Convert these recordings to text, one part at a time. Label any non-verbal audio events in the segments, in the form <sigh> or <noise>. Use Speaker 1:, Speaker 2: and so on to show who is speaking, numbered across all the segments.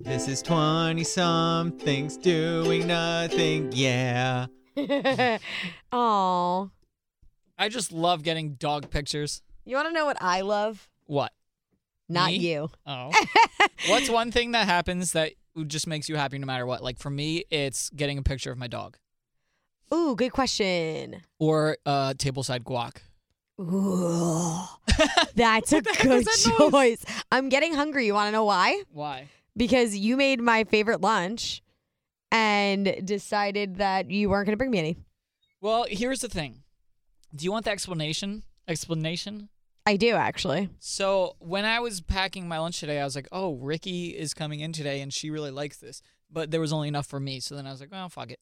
Speaker 1: This is 20 somethings doing nothing. Yeah.
Speaker 2: <laughs> Oh,
Speaker 3: I just love getting dog pictures.
Speaker 2: you want to know what I love?
Speaker 3: What?
Speaker 2: Not
Speaker 3: Me?
Speaker 2: you.
Speaker 3: Oh. What's one thing that happens that just makes you happy no matter what? Like for me, it's getting a picture of my dog
Speaker 2: Ooh, good
Speaker 3: <laughs>
Speaker 2: question.
Speaker 3: or uh, tableside guac.
Speaker 2: Ooh, that's a
Speaker 3: What the heck
Speaker 2: good
Speaker 3: was that
Speaker 2: choice. I'm getting hungry. You want to know why?
Speaker 3: Why?
Speaker 2: Because you made my favorite lunch and decided that you weren't going to bring me any.
Speaker 3: Well, here's the thing. Do you want the explanation? Explanation?
Speaker 2: I do, actually.
Speaker 3: So when I was packing my lunch today, I was like, "Oh, Ricky is coming in today, and she really likes this." But there was only enough for me, so then I was like, "Well, fuck it."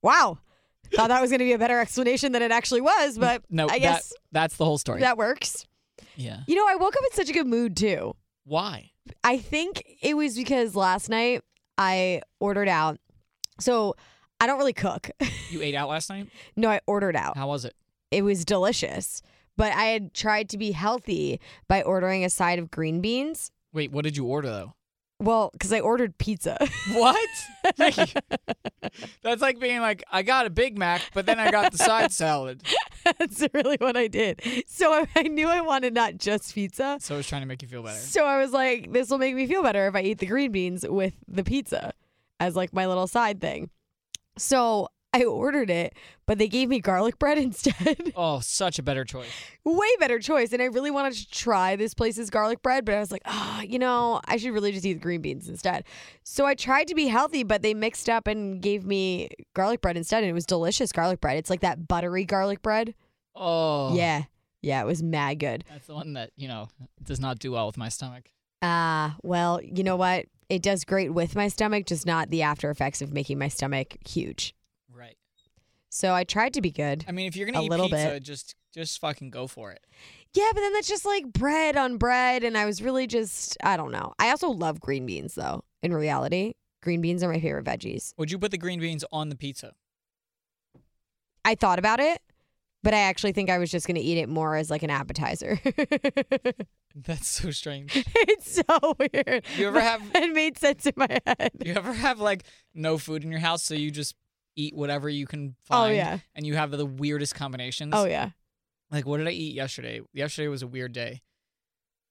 Speaker 2: Wow. Thought that was going to be a better explanation than it actually was, but
Speaker 3: <laughs> No,
Speaker 2: I
Speaker 3: that,
Speaker 2: guess
Speaker 3: that's the whole story.
Speaker 2: that works.
Speaker 3: yeah.
Speaker 2: You know, I woke up in such a good mood, too.
Speaker 3: Why?
Speaker 2: I think it was because last night I ordered out. So I don't really cook. <laughs>
Speaker 3: You ate out last night.
Speaker 2: no, I ordered out.
Speaker 3: How was it?
Speaker 2: It was delicious. But I had tried to be healthy by ordering a side of green beans.
Speaker 3: Wait, what did you order though?
Speaker 2: Well, because I ordered pizza. <laughs>
Speaker 3: What? <laughs> Ricky, that's like being like, I got a Big Mac, but then I got the side salad.
Speaker 2: That's really what I did. So I, I knew I wanted not just pizza.
Speaker 3: So I was trying to make you feel better.
Speaker 2: So I was like, this will make me feel better if I eat the green beans with the pizza as like my little side thing. So I ordered it, but they gave me garlic bread <laughs> instead.
Speaker 3: Oh, such a better choice.
Speaker 2: way better choice. And I really wanted to try this place's garlic bread, but I was like, oh, you know, I should really just eat the green beans instead. So I tried to be healthy, but they mixed up and gave me garlic bread instead. And it was delicious garlic bread. It's like that buttery garlic bread.
Speaker 3: Oh,
Speaker 2: Yeah. Yeah, it was mad good.
Speaker 3: That's the one that you know does not do well with my stomach.
Speaker 2: Ah, well, you know what? It does great with my stomach, just not the after effects of making my stomach huge.
Speaker 3: Right.
Speaker 2: So I tried to be good.
Speaker 3: I mean, if you're gonna
Speaker 2: A
Speaker 3: eat
Speaker 2: little
Speaker 3: pizza,
Speaker 2: bit.
Speaker 3: just just fucking go for it.
Speaker 2: Yeah, but then that's just like bread on bread. And I was really just, I don't know. I also love green beans, though. In reality, green beans are my favorite veggies.
Speaker 3: Would you put the green beans on the pizza? <laughs>
Speaker 2: I thought about it, but I actually think I was just going to eat it more as like an appetizer. <laughs>
Speaker 3: That's so strange.
Speaker 2: it's so weird.
Speaker 3: You ever
Speaker 2: <laughs> but
Speaker 3: have-
Speaker 2: It made sense in my head.
Speaker 3: You ever have like no food in your house, so you just eat whatever you can find?
Speaker 2: Oh, yeah.
Speaker 3: And you have the weirdest combinations.
Speaker 2: Oh, yeah.
Speaker 3: Like, what did I eat yesterday? Yesterday was a weird day.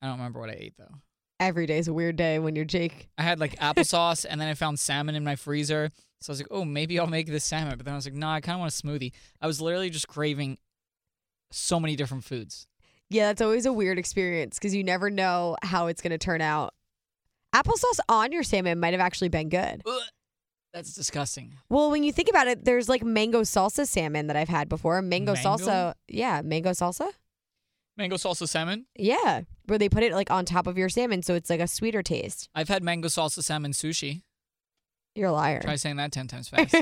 Speaker 3: I don't remember what I ate though.
Speaker 2: Every day's a weird day when you're Jake.
Speaker 3: I had like applesauce, and then I found salmon in my freezer. So I was like, oh, maybe I'll make this salmon. But then I was like, no, I kind of want a smoothie. I was literally just craving so many different foods.
Speaker 2: Yeah, that's always a weird experience because you never know how it's going to turn out. Applesauce on your salmon might have actually been good.
Speaker 3: Ugh. That's disgusting.
Speaker 2: Well, when you think about it, there's like mango salsa salmon that I've had before. Mango,
Speaker 3: Mango?
Speaker 2: salsa, yeah, mango salsa,
Speaker 3: Mango salsa salmon.
Speaker 2: yeah, where they put it like on top of your salmon, so it's like a sweeter taste.
Speaker 3: I've had mango salsa salmon sushi.
Speaker 2: You're a liar. <laughs>
Speaker 3: Try saying that 10 times fast.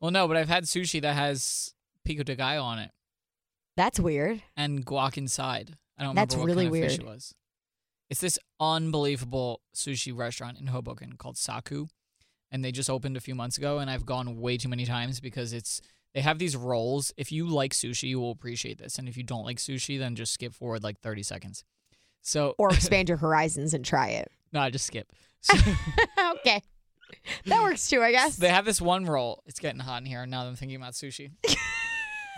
Speaker 3: well, no, but I've had sushi that has pico de gallo on it
Speaker 2: That's weird.
Speaker 3: and guac inside. I don't
Speaker 2: That's
Speaker 3: remember what
Speaker 2: really
Speaker 3: kind of fish
Speaker 2: weird.
Speaker 3: it was. It's this unbelievable sushi restaurant in Hoboken called Saku, and they just opened a few months ago. And I've gone way too many times because it's they have these rolls. If you like sushi, you will appreciate this, and if you don't like sushi, then just skip forward like thirty seconds. So,
Speaker 2: Or expand your horizons and try
Speaker 3: <laughs>
Speaker 2: it.
Speaker 3: no, I just skip. So,
Speaker 2: okay, that works too, I guess.
Speaker 3: they have this one roll. It's getting hot in here, and now that I'm thinking about sushi.
Speaker 2: <laughs>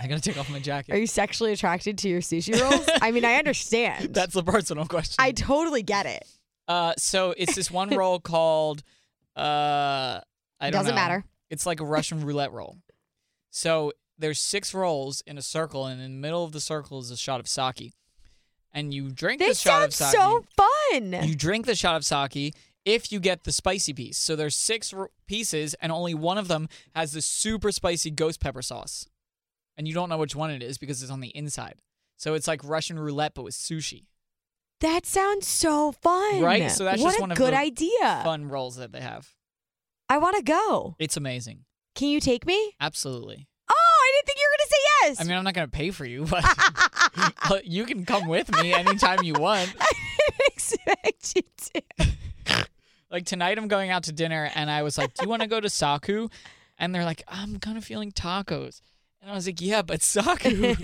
Speaker 3: I gotta take off my
Speaker 2: Are
Speaker 3: jacket.
Speaker 2: you sexually attracted to your sushi
Speaker 3: <laughs>
Speaker 2: rolls? I mean, I understand.
Speaker 3: That's the personal question.
Speaker 2: I totally get it.
Speaker 3: Uh, so it's
Speaker 2: <laughs>
Speaker 3: this one roll called uh, I don't
Speaker 2: Doesn't
Speaker 3: know.
Speaker 2: matter.
Speaker 3: It's like a Russian roulette roll. So there's six rolls in a circle, and in the middle of the circle is a shot of sake, and you drink
Speaker 2: They
Speaker 3: the shot
Speaker 2: sound
Speaker 3: of sake.
Speaker 2: so fun.
Speaker 3: You drink the shot of sake if you get the spicy piece. So there's six r- pieces, and only one of them has the super spicy ghost pepper sauce, and you don't know which one it is because it's on the inside. So it's like Russian roulette, but with sushi.
Speaker 2: that sounds so fun.
Speaker 3: Right? So that's
Speaker 2: what
Speaker 3: just
Speaker 2: a
Speaker 3: one of
Speaker 2: good
Speaker 3: the
Speaker 2: idea.
Speaker 3: Fun rolls that they have.
Speaker 2: I want to go.
Speaker 3: It's amazing.
Speaker 2: Can you take me?
Speaker 3: Absolutely.
Speaker 2: Oh, I didn't think you were gonna say yes.
Speaker 3: I mean, I'm not going to pay for you, <laughs> but uh, you can come with me anytime you want.
Speaker 2: <laughs> I didn't expect you to.
Speaker 3: Like tonight, I'm going out to dinner, and I was like, "Do you want to go to Saku?" And they're like, "I'm kind of feeling tacos," and I was like, "Yeah,
Speaker 2: <laughs>
Speaker 3: but Saku,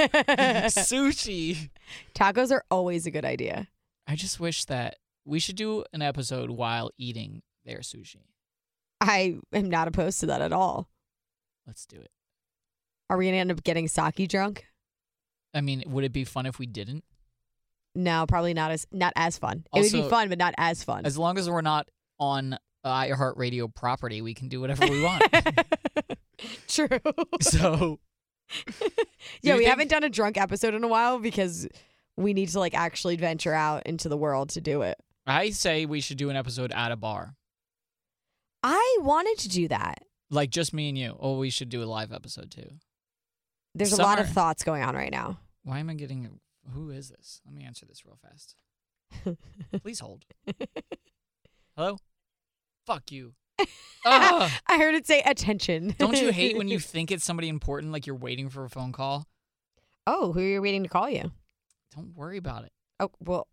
Speaker 3: sushi."
Speaker 2: Tacos are always a good idea.
Speaker 3: I just wish that we should do an episode while eating their sushi.
Speaker 2: I am not opposed to that at all.
Speaker 3: Let's do it.
Speaker 2: Are we gonna end up getting sake drunk?
Speaker 3: I mean, would it be fun if we didn't?
Speaker 2: No, probably not as not as fun. it would be
Speaker 3: Also-
Speaker 2: fun, but not as fun.
Speaker 3: As long as we're not on iHeartRadio property, we can do whatever
Speaker 2: <laughs>
Speaker 3: we want.
Speaker 2: <laughs>
Speaker 3: <laughs>
Speaker 2: True.
Speaker 3: so
Speaker 2: yeah,
Speaker 3: you
Speaker 2: we
Speaker 3: think-
Speaker 2: haven't done a drunk episode in a while because we need to like actually venture out into the world to do it.
Speaker 3: I say we should do an episode at a bar,
Speaker 2: I wanted to do that.
Speaker 3: like just me and you. Oh, we should do a live episode too.
Speaker 2: There's a lot of
Speaker 3: Summer.
Speaker 2: thoughts going on right now.
Speaker 3: Why am I getting? A, who is this? Let me answer this real
Speaker 2: <laughs>
Speaker 3: fast. Please hold. Hello.
Speaker 2: <laughs>
Speaker 3: Fuck you. Ugh.
Speaker 2: I heard it say attention.
Speaker 3: Don't you
Speaker 2: <laughs>
Speaker 3: hate when you think it's somebody important, like you're waiting for a phone call?
Speaker 2: Oh, who are you waiting to call you?
Speaker 3: Don't worry about it.
Speaker 2: Oh, well,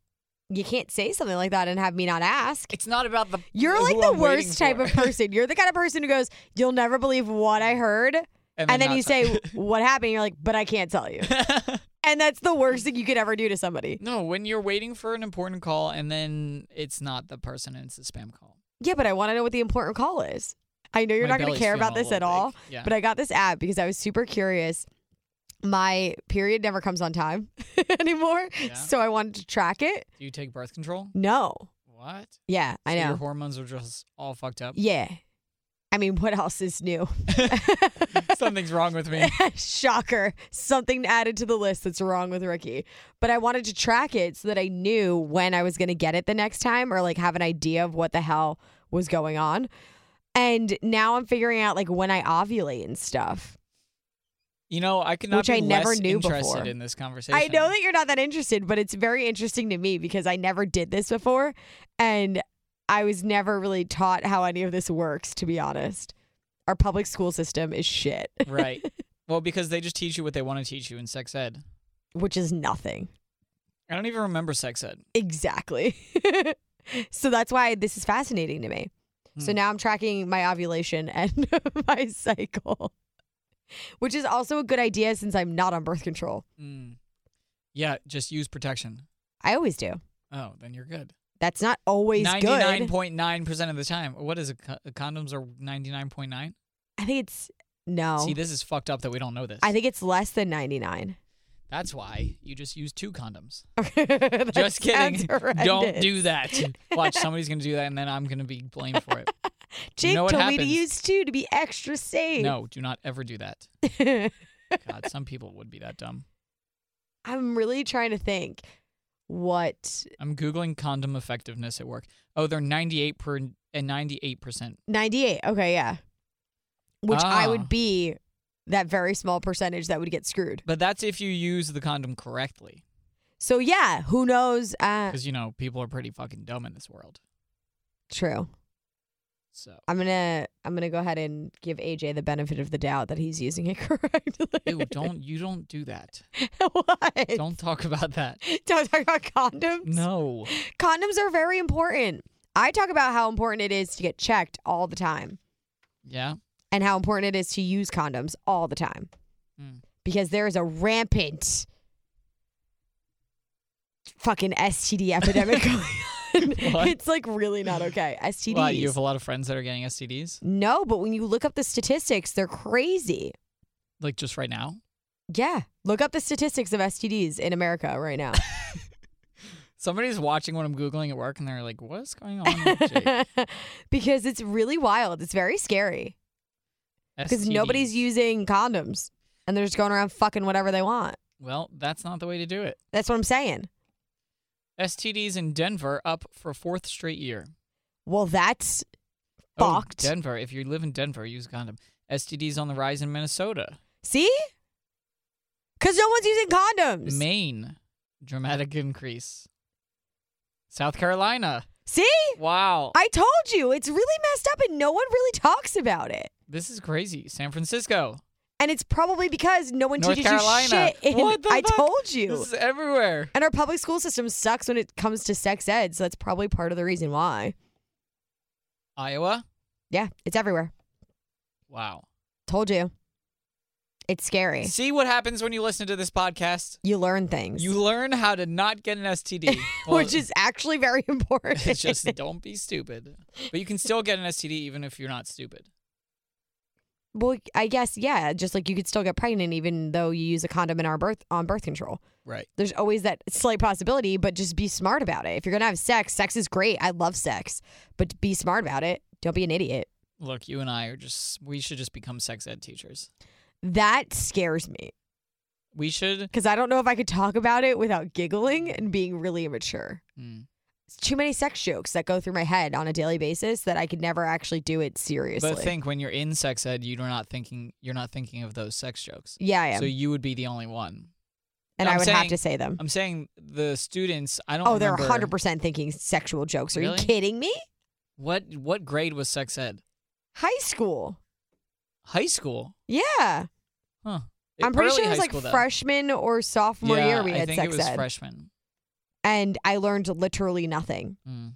Speaker 2: you can't say something like that and have me not ask.
Speaker 3: It's not about the.
Speaker 2: You're
Speaker 3: who
Speaker 2: like the
Speaker 3: I'm waiting
Speaker 2: worst type
Speaker 3: for. <laughs>
Speaker 2: of person. You're the kind of person who goes, "You'll never believe what I heard," and then
Speaker 3: not
Speaker 2: you
Speaker 3: tell-
Speaker 2: say, <laughs> "What happened?" You're like, "But I can't tell you." And that's the worst thing you could ever do to somebody.
Speaker 3: <laughs> no, when you're waiting for an important call and then it's not the person and it's a spam call.
Speaker 2: Yeah, but I want to know what the important call is. I know you're
Speaker 3: My
Speaker 2: not going to
Speaker 3: belly's
Speaker 2: care
Speaker 3: feeling
Speaker 2: about
Speaker 3: a
Speaker 2: this
Speaker 3: little
Speaker 2: at all,
Speaker 3: big. Yeah.
Speaker 2: but I got this app because I was super curious. My period never comes on time <laughs> anymore,
Speaker 3: Yeah?
Speaker 2: so I wanted to track it.
Speaker 3: Do you take birth control?
Speaker 2: No.
Speaker 3: What?
Speaker 2: Yeah, I
Speaker 3: So Your
Speaker 2: know.
Speaker 3: hormones are just all
Speaker 2: <laughs>
Speaker 3: fucked up. <laughs>
Speaker 2: Yeah. I mean, what else is new? <laughs>
Speaker 3: Something's wrong with me.
Speaker 2: Shocker. Something added to the list that's wrong with Ricky. But I wanted to track it so that I knew when I was going to get it the next time or like have an idea of what the hell was going on. And now I'm figuring out like when I ovulate and stuff.
Speaker 3: You know, I could not
Speaker 2: Which
Speaker 3: be
Speaker 2: I never
Speaker 3: less
Speaker 2: knew
Speaker 3: interested
Speaker 2: before.
Speaker 3: in this conversation.
Speaker 2: I know that you're not that interested, but it's very interesting to me because I never did this before and I was never really taught how any of this works, to be honest. Our public school system is shit,
Speaker 3: <laughs>
Speaker 2: <laughs>
Speaker 3: right. Well, because they just teach you what they want to teach you in sex ed.
Speaker 2: which is nothing.
Speaker 3: I don't even remember sex ed.
Speaker 2: Exactly. <laughs> so that's why this is fascinating to me. So
Speaker 3: Hmm.
Speaker 2: now I'm tracking my ovulation and <laughs> my cycle, which is also a good idea since I'm not on birth control.
Speaker 3: Mm. Yeah, just use protection.
Speaker 2: I always do.
Speaker 3: Oh, then you're good.
Speaker 2: That's not always
Speaker 3: Ninety-nine
Speaker 2: good.
Speaker 3: point nine percent of the time. What is it? Co- Condoms are ninety-nine point nine.
Speaker 2: I think it's no.
Speaker 3: See, this is fucked up that we don't know this.
Speaker 2: I think it's less than 99.
Speaker 3: that's why you just use two condoms.
Speaker 2: <laughs> That
Speaker 3: Just kidding.
Speaker 2: sounds horrendous.
Speaker 3: Don't do that.
Speaker 2: <laughs>
Speaker 3: Watch, somebody's gonna do that, and then I'm gonna be blamed for it.
Speaker 2: Jake
Speaker 3: know what
Speaker 2: told me to
Speaker 3: happens.
Speaker 2: use two to be extra safe.
Speaker 3: No, do not ever do that. God, some people would be that dumb.
Speaker 2: <laughs> I'm really trying to think what
Speaker 3: I'm googling condom effectiveness at work. Oh, they're 98 per and 98 percent.
Speaker 2: 98. Okay, yeah. Which I
Speaker 3: Ah.
Speaker 2: would be that very small percentage that would get screwed.
Speaker 3: But that's if you use the condom correctly,
Speaker 2: So yeah, who knows? Uh,
Speaker 3: because you know people are pretty fucking dumb in this world.
Speaker 2: true. <laughs>
Speaker 3: So
Speaker 2: I'm gonna I'm gonna go ahead and give AJ the benefit of the doubt that he's using it <laughs> correctly.
Speaker 3: Ew,
Speaker 2: <laughs>
Speaker 3: don't you don't do that.
Speaker 2: what? Don't,
Speaker 3: Don't talk
Speaker 2: <laughs>
Speaker 3: about that.
Speaker 2: talk about condoms.
Speaker 3: No.
Speaker 2: Condoms are very important. I talk about how important it is to get checked all the time
Speaker 3: Yeah.
Speaker 2: and how important it is to use condoms all the time.
Speaker 3: Mm.
Speaker 2: Because there is a rampant fucking STD
Speaker 3: <laughs>
Speaker 2: epidemic going on.
Speaker 3: What?
Speaker 2: It's like really not okay. STDs.
Speaker 3: Why, you have a lot of friends that are getting STDs,
Speaker 2: No, but when you look up the statistics, they're crazy.
Speaker 3: like just right now.
Speaker 2: Yeah. Look up the statistics of STDs in America right
Speaker 3: <laughs>
Speaker 2: now.
Speaker 3: Somebody's watching what I'm googling at work, and they're like, "What's going on?" with
Speaker 2: <laughs>
Speaker 3: Jake?
Speaker 2: because it's really wild. It's very scary. Because nobody's
Speaker 3: STDs.
Speaker 2: using condoms and they're just going around fucking whatever they want.
Speaker 3: Well, that's not the way to do it.
Speaker 2: That's what I'm saying.
Speaker 3: STDs in Denver up for fourth straight year.
Speaker 2: Well, that's
Speaker 3: Oh,
Speaker 2: fucked.
Speaker 3: Denver. If you live in Denver, use condom. STDs on the rise in Minnesota,
Speaker 2: See? Because no one's using condoms.
Speaker 3: Maine, dramatic increase. South Carolina.
Speaker 2: See?
Speaker 3: Wow,
Speaker 2: I told you. It's really messed up and no one really talks about it.
Speaker 3: this is crazy. San Francisco.
Speaker 2: And it's probably because no one
Speaker 3: North
Speaker 2: teaches you
Speaker 3: Carolina.
Speaker 2: shit. in-
Speaker 3: What the
Speaker 2: I
Speaker 3: fuck?
Speaker 2: told you.
Speaker 3: This is everywhere.
Speaker 2: And our public school system sucks when it comes to sex ed, so that's probably part of the reason why.
Speaker 3: Iowa.
Speaker 2: Yeah, it's everywhere.
Speaker 3: Wow.
Speaker 2: Told you. It's scary.
Speaker 3: See what happens when you listen to this podcast?
Speaker 2: You learn things,
Speaker 3: You learn how to not get an STD,
Speaker 2: <laughs>
Speaker 3: Well,
Speaker 2: which is actually very <laughs> important.
Speaker 3: <laughs> it's <laughs> just don't be stupid. But you can still get an STD even if you're not stupid.
Speaker 2: well, I guess yeah. Just like you could still get pregnant even though you use a condom in our birth on birth control.
Speaker 3: Right.
Speaker 2: There's always that slight possibility, but just be smart about it. If you're gonna have sex, sex is great. I love sex, but be smart about it. Don't be an idiot.
Speaker 3: Look, you and I are just we should just become sex ed teachers.
Speaker 2: That scares me
Speaker 3: We should
Speaker 2: because I don't know if I could talk about it without giggling and being really immature.
Speaker 3: Hmm.
Speaker 2: It's too many sex jokes that go through my head on a daily basis that I could never actually do it seriously.
Speaker 3: but think when you're in sex ed, you're not thinking you're not thinking of those sex jokes.
Speaker 2: yeah, I am,
Speaker 3: So you would be the only one.
Speaker 2: and
Speaker 3: I'm
Speaker 2: I would have
Speaker 3: saying-
Speaker 2: to say them.
Speaker 3: I'm saying the students. I don't.
Speaker 2: Oh, they're
Speaker 3: remember-
Speaker 2: 100% thinking sexual jokes. Are
Speaker 3: Really?
Speaker 2: you kidding me?
Speaker 3: What what grade was sex ed?
Speaker 2: High school.
Speaker 3: High school.
Speaker 2: Yeah.
Speaker 3: Huh.
Speaker 2: I'm pretty
Speaker 3: Early
Speaker 2: sure it
Speaker 3: high
Speaker 2: was like
Speaker 3: school, though.
Speaker 2: freshman or sophomore
Speaker 3: yeah,
Speaker 2: year we
Speaker 3: I
Speaker 2: had
Speaker 3: think
Speaker 2: sex
Speaker 3: it was
Speaker 2: ed.
Speaker 3: freshman.
Speaker 2: and I learned literally nothing
Speaker 3: Mm.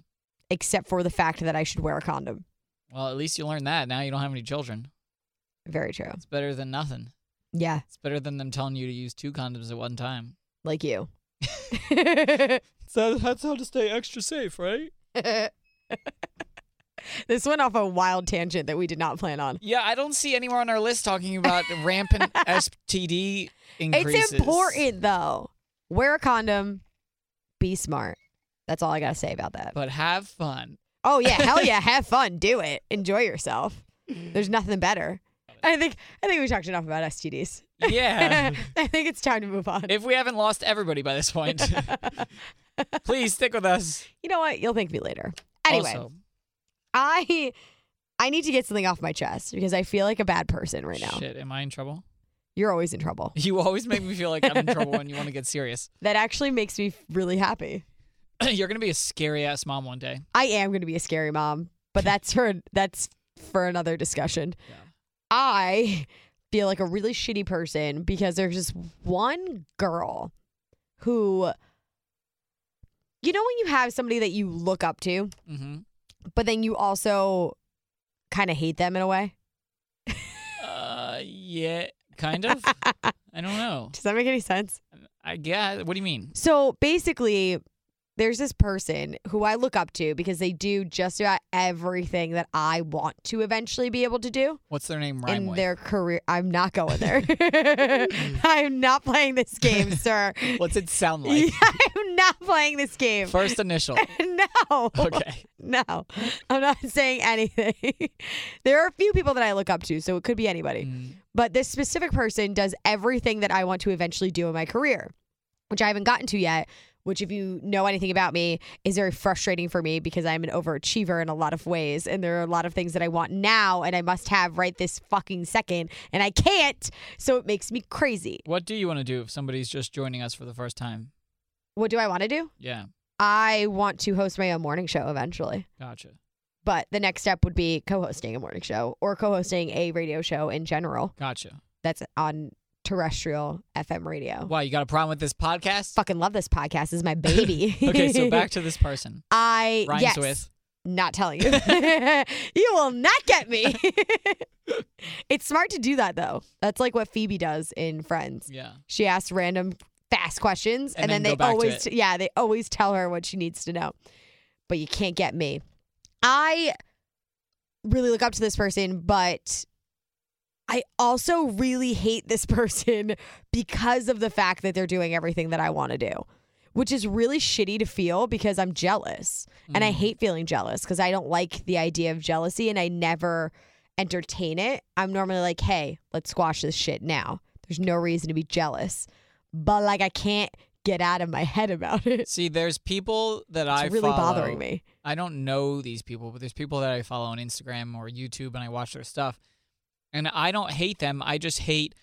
Speaker 2: except for the fact that I should wear a condom.
Speaker 3: Well, at least you learned that. Now you don't have any children.
Speaker 2: Very true.
Speaker 3: It's better than nothing.
Speaker 2: Yeah,
Speaker 3: It's better than them telling you to use two condoms at one time.
Speaker 2: like you. <laughs>
Speaker 3: So that's how to stay extra safe, right?
Speaker 2: this went off a wild tangent that we did not plan on.
Speaker 3: Yeah, I don't see anywhere on our list
Speaker 2: <laughs>
Speaker 3: talking about rampant STD increases.
Speaker 2: It's important though. Wear a condom. Be smart. That's all I gotta say about that.
Speaker 3: But have fun.
Speaker 2: Oh yeah,
Speaker 3: <laughs>
Speaker 2: hell yeah, have fun, do it, enjoy yourself. There's nothing better. I think I think we talked enough about STDs. <laughs>
Speaker 3: Yeah.
Speaker 2: I think it's time to move on.
Speaker 3: if we haven't lost everybody by
Speaker 2: <laughs>
Speaker 3: this point, please stick with us.
Speaker 2: you know what? You'll thank me later. Anyway,
Speaker 3: Also,
Speaker 2: I I need to get something off my chest because I feel like a bad person right now.
Speaker 3: Shit, am I in trouble?
Speaker 2: You're always in trouble.
Speaker 3: You always make me feel like I'm in trouble when you want to get serious. <clears throat>
Speaker 2: That actually makes me really happy.
Speaker 3: You're going to be a scary ass mom one day.
Speaker 2: I am going to be a scary mom,
Speaker 3: <laughs>
Speaker 2: but that's for that's for another discussion.
Speaker 3: Yeah.
Speaker 2: I feel like a really shitty person because there's this one girl who you know when you have somebody that you look up to,
Speaker 3: Mm-hmm.
Speaker 2: but then you also kind of hate them in a way.
Speaker 3: Uh, yeah, kind of. I don't know.
Speaker 2: Does that make any sense?
Speaker 3: I guess. What do you mean?
Speaker 2: So basically, there's this person who I look up to because they do just about everything that I want to eventually be able to do
Speaker 3: What's their name? Rhyme
Speaker 2: in
Speaker 3: with?
Speaker 2: their career. I'm not going
Speaker 3: <laughs>
Speaker 2: there. <laughs> I'm not playing this game,
Speaker 3: <laughs>
Speaker 2: sir.
Speaker 3: What's it sound
Speaker 2: <laughs>
Speaker 3: like?
Speaker 2: I'm not playing this game. <laughs>
Speaker 3: First initial.
Speaker 2: no.
Speaker 3: Okay.
Speaker 2: <laughs> No. I'm not saying anything. <laughs> there are a few people that I look up to, so it could be anybody
Speaker 3: Mm,
Speaker 2: but this specific person does everything that I want to eventually do in my career, which I haven't gotten to yet. Which, if you know anything about me, is very frustrating for me because I'm an overachiever in a lot of ways. And there are a lot of things that I want now and I must have right this fucking second. And I can't. So it makes me crazy.
Speaker 3: What do you want to do if somebody's just joining us for the first time?
Speaker 2: What do I want to do?
Speaker 3: Yeah.
Speaker 2: I want to host my own morning show eventually.
Speaker 3: Gotcha.
Speaker 2: But the next step would be co hosting a morning show or co hosting a radio show in general
Speaker 3: Gotcha.
Speaker 2: that's on terrestrial FM radio.
Speaker 3: Wow, you got a problem with this podcast?
Speaker 2: fucking love this podcast. This is
Speaker 3: <laughs>
Speaker 2: my baby.
Speaker 3: Okay, so back to this person.
Speaker 2: <laughs> I
Speaker 3: Rhymes
Speaker 2: yes,
Speaker 3: with.
Speaker 2: not telling
Speaker 3: <laughs>
Speaker 2: you. <laughs> you will not get me. <laughs> it's smart to do that though. That's like what Phoebe does in Friends.
Speaker 3: Yeah.
Speaker 2: She asks random fast questions and,
Speaker 3: And then
Speaker 2: then, they
Speaker 3: go back to
Speaker 2: always yeah, they always tell her what she needs to know. But you can't get me. I really look up to this person, but I also really hate this <laughs> person because of the fact that they're doing everything that I want to do, which is really shitty to feel because I'm jealous. And I
Speaker 3: Mm.
Speaker 2: hate feeling jealous because I don't like the idea of jealousy and I never entertain it. I'm normally like, hey, let's squash this shit now. There's no reason to be jealous. But like, I can't get out of my head about it. It's
Speaker 3: See, there's people that I
Speaker 2: really
Speaker 3: follow.
Speaker 2: bothering me.
Speaker 3: I don't know these people, but there's people that I follow on Instagram or YouTube and I watch their stuff. And I don't hate them. I just hate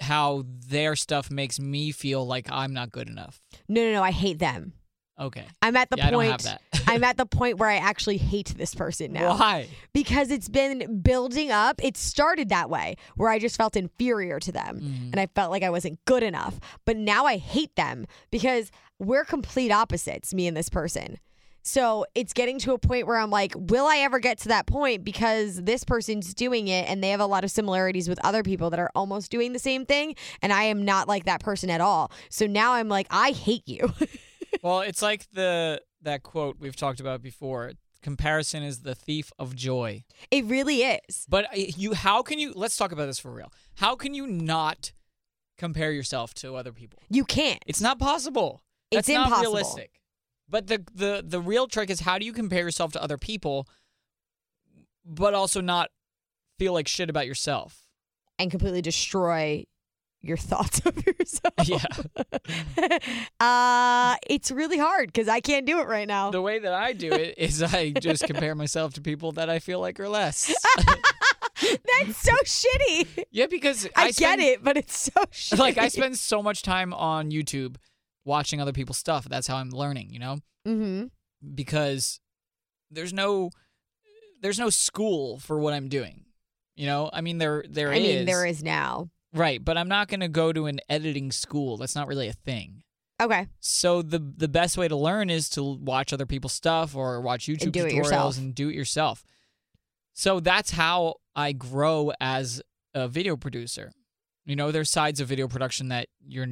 Speaker 3: how their stuff makes me feel like I'm not good enough.
Speaker 2: No, no, no. I hate them.
Speaker 3: Okay.
Speaker 2: I'm at the
Speaker 3: yeah,
Speaker 2: point.
Speaker 3: I don't have that.
Speaker 2: <laughs>
Speaker 3: <laughs>
Speaker 2: I'm at the point where I actually hate this person now. <laughs>
Speaker 3: Why?
Speaker 2: because it's been building up. It started that way where I just felt inferior to them
Speaker 3: Mm.
Speaker 2: and I felt like I wasn't good enough. But now I hate them because we're complete opposites, me and this person. So it's getting to a point where I'm like, will I ever get to that point? Because this person's doing it and they have a lot of similarities with other people that are almost doing the same thing. And I am not like that person at all. So now I'm like, I hate you. <laughs>
Speaker 3: Well, it's like the that quote we've talked about before. Comparison is the thief of joy.
Speaker 2: it really is.
Speaker 3: But I- you, how can you? Let's talk about this for real. How can you not compare yourself to other people?
Speaker 2: You can't.
Speaker 3: It's not possible.
Speaker 2: It's
Speaker 3: That's not
Speaker 2: impossible.
Speaker 3: realistic. But the the the real trick is how do you compare yourself to other people, but also not feel like shit about yourself.
Speaker 2: And completely destroy your thoughts <laughs> of yourself.
Speaker 3: Yeah.
Speaker 2: <laughs> uh, it's really hard because I can't do it right now.
Speaker 3: The way that I do it is I just compare myself to people that I feel like
Speaker 2: <laughs>
Speaker 3: are less.
Speaker 2: That's so shitty.
Speaker 3: yeah, because
Speaker 2: I,
Speaker 3: I,
Speaker 2: get
Speaker 3: spend-
Speaker 2: it, but it's so <laughs> shitty.
Speaker 3: Like I spend so much time on YouTube watching other people's stuff. That's how I'm learning, you know?
Speaker 2: Mm-hmm.
Speaker 3: Because there's no there's no school for what I'm doing. You know? I mean there there
Speaker 2: I
Speaker 3: is.
Speaker 2: mean, there is now.
Speaker 3: Right, but I'm not going to go to an editing school. That's not really a thing.
Speaker 2: Okay.
Speaker 3: So the the best way to learn is to watch other people's stuff or watch YouTube
Speaker 2: do it yourself.
Speaker 3: tutorials and do it yourself. So that's how I grow as a video producer. You know, there's sides of video production that you're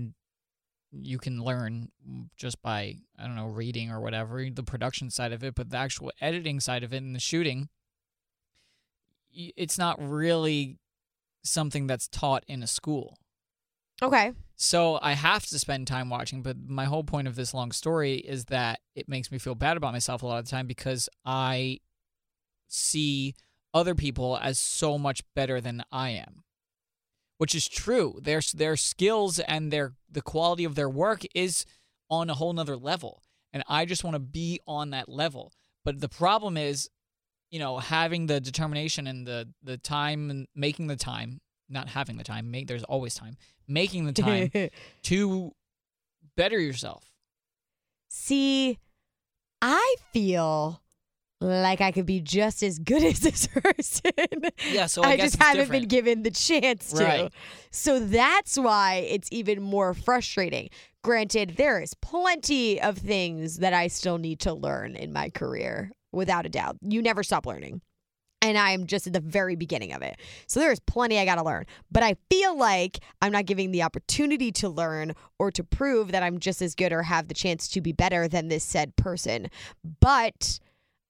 Speaker 3: you can learn just by I don't know reading or whatever the production side of it, but the actual editing side of it and the shooting, y- it's not really something that's taught in a school.
Speaker 2: Okay.
Speaker 3: So I have to spend time watching, but my whole point of this long story is that it makes me feel bad about myself a lot of the time because I see other people as so much better than I am. Which is true. Their their skills and their the quality of their work is on a whole nother level. And I just want to be on that level. But the problem is, you know, having the determination and the the time and making the time, not having the time, make there's always time.
Speaker 2: <laughs>
Speaker 3: Making the time to better yourself.
Speaker 2: See, I feel like I could be just as good <laughs> as this person.
Speaker 3: Yeah, so I,
Speaker 2: I,
Speaker 3: guess
Speaker 2: just
Speaker 3: it's
Speaker 2: haven't
Speaker 3: different.
Speaker 2: been <laughs> given the chance to.
Speaker 3: Right.
Speaker 2: So that's why it's even more frustrating. Granted, there is plenty of things that I still need to learn in my career, without a doubt. You never stop learning. And I am just at the very beginning of it. So there is plenty I got to learn. But I feel like I'm not giving the opportunity to learn or to prove that I'm just as good or have the chance to be better than this said person. But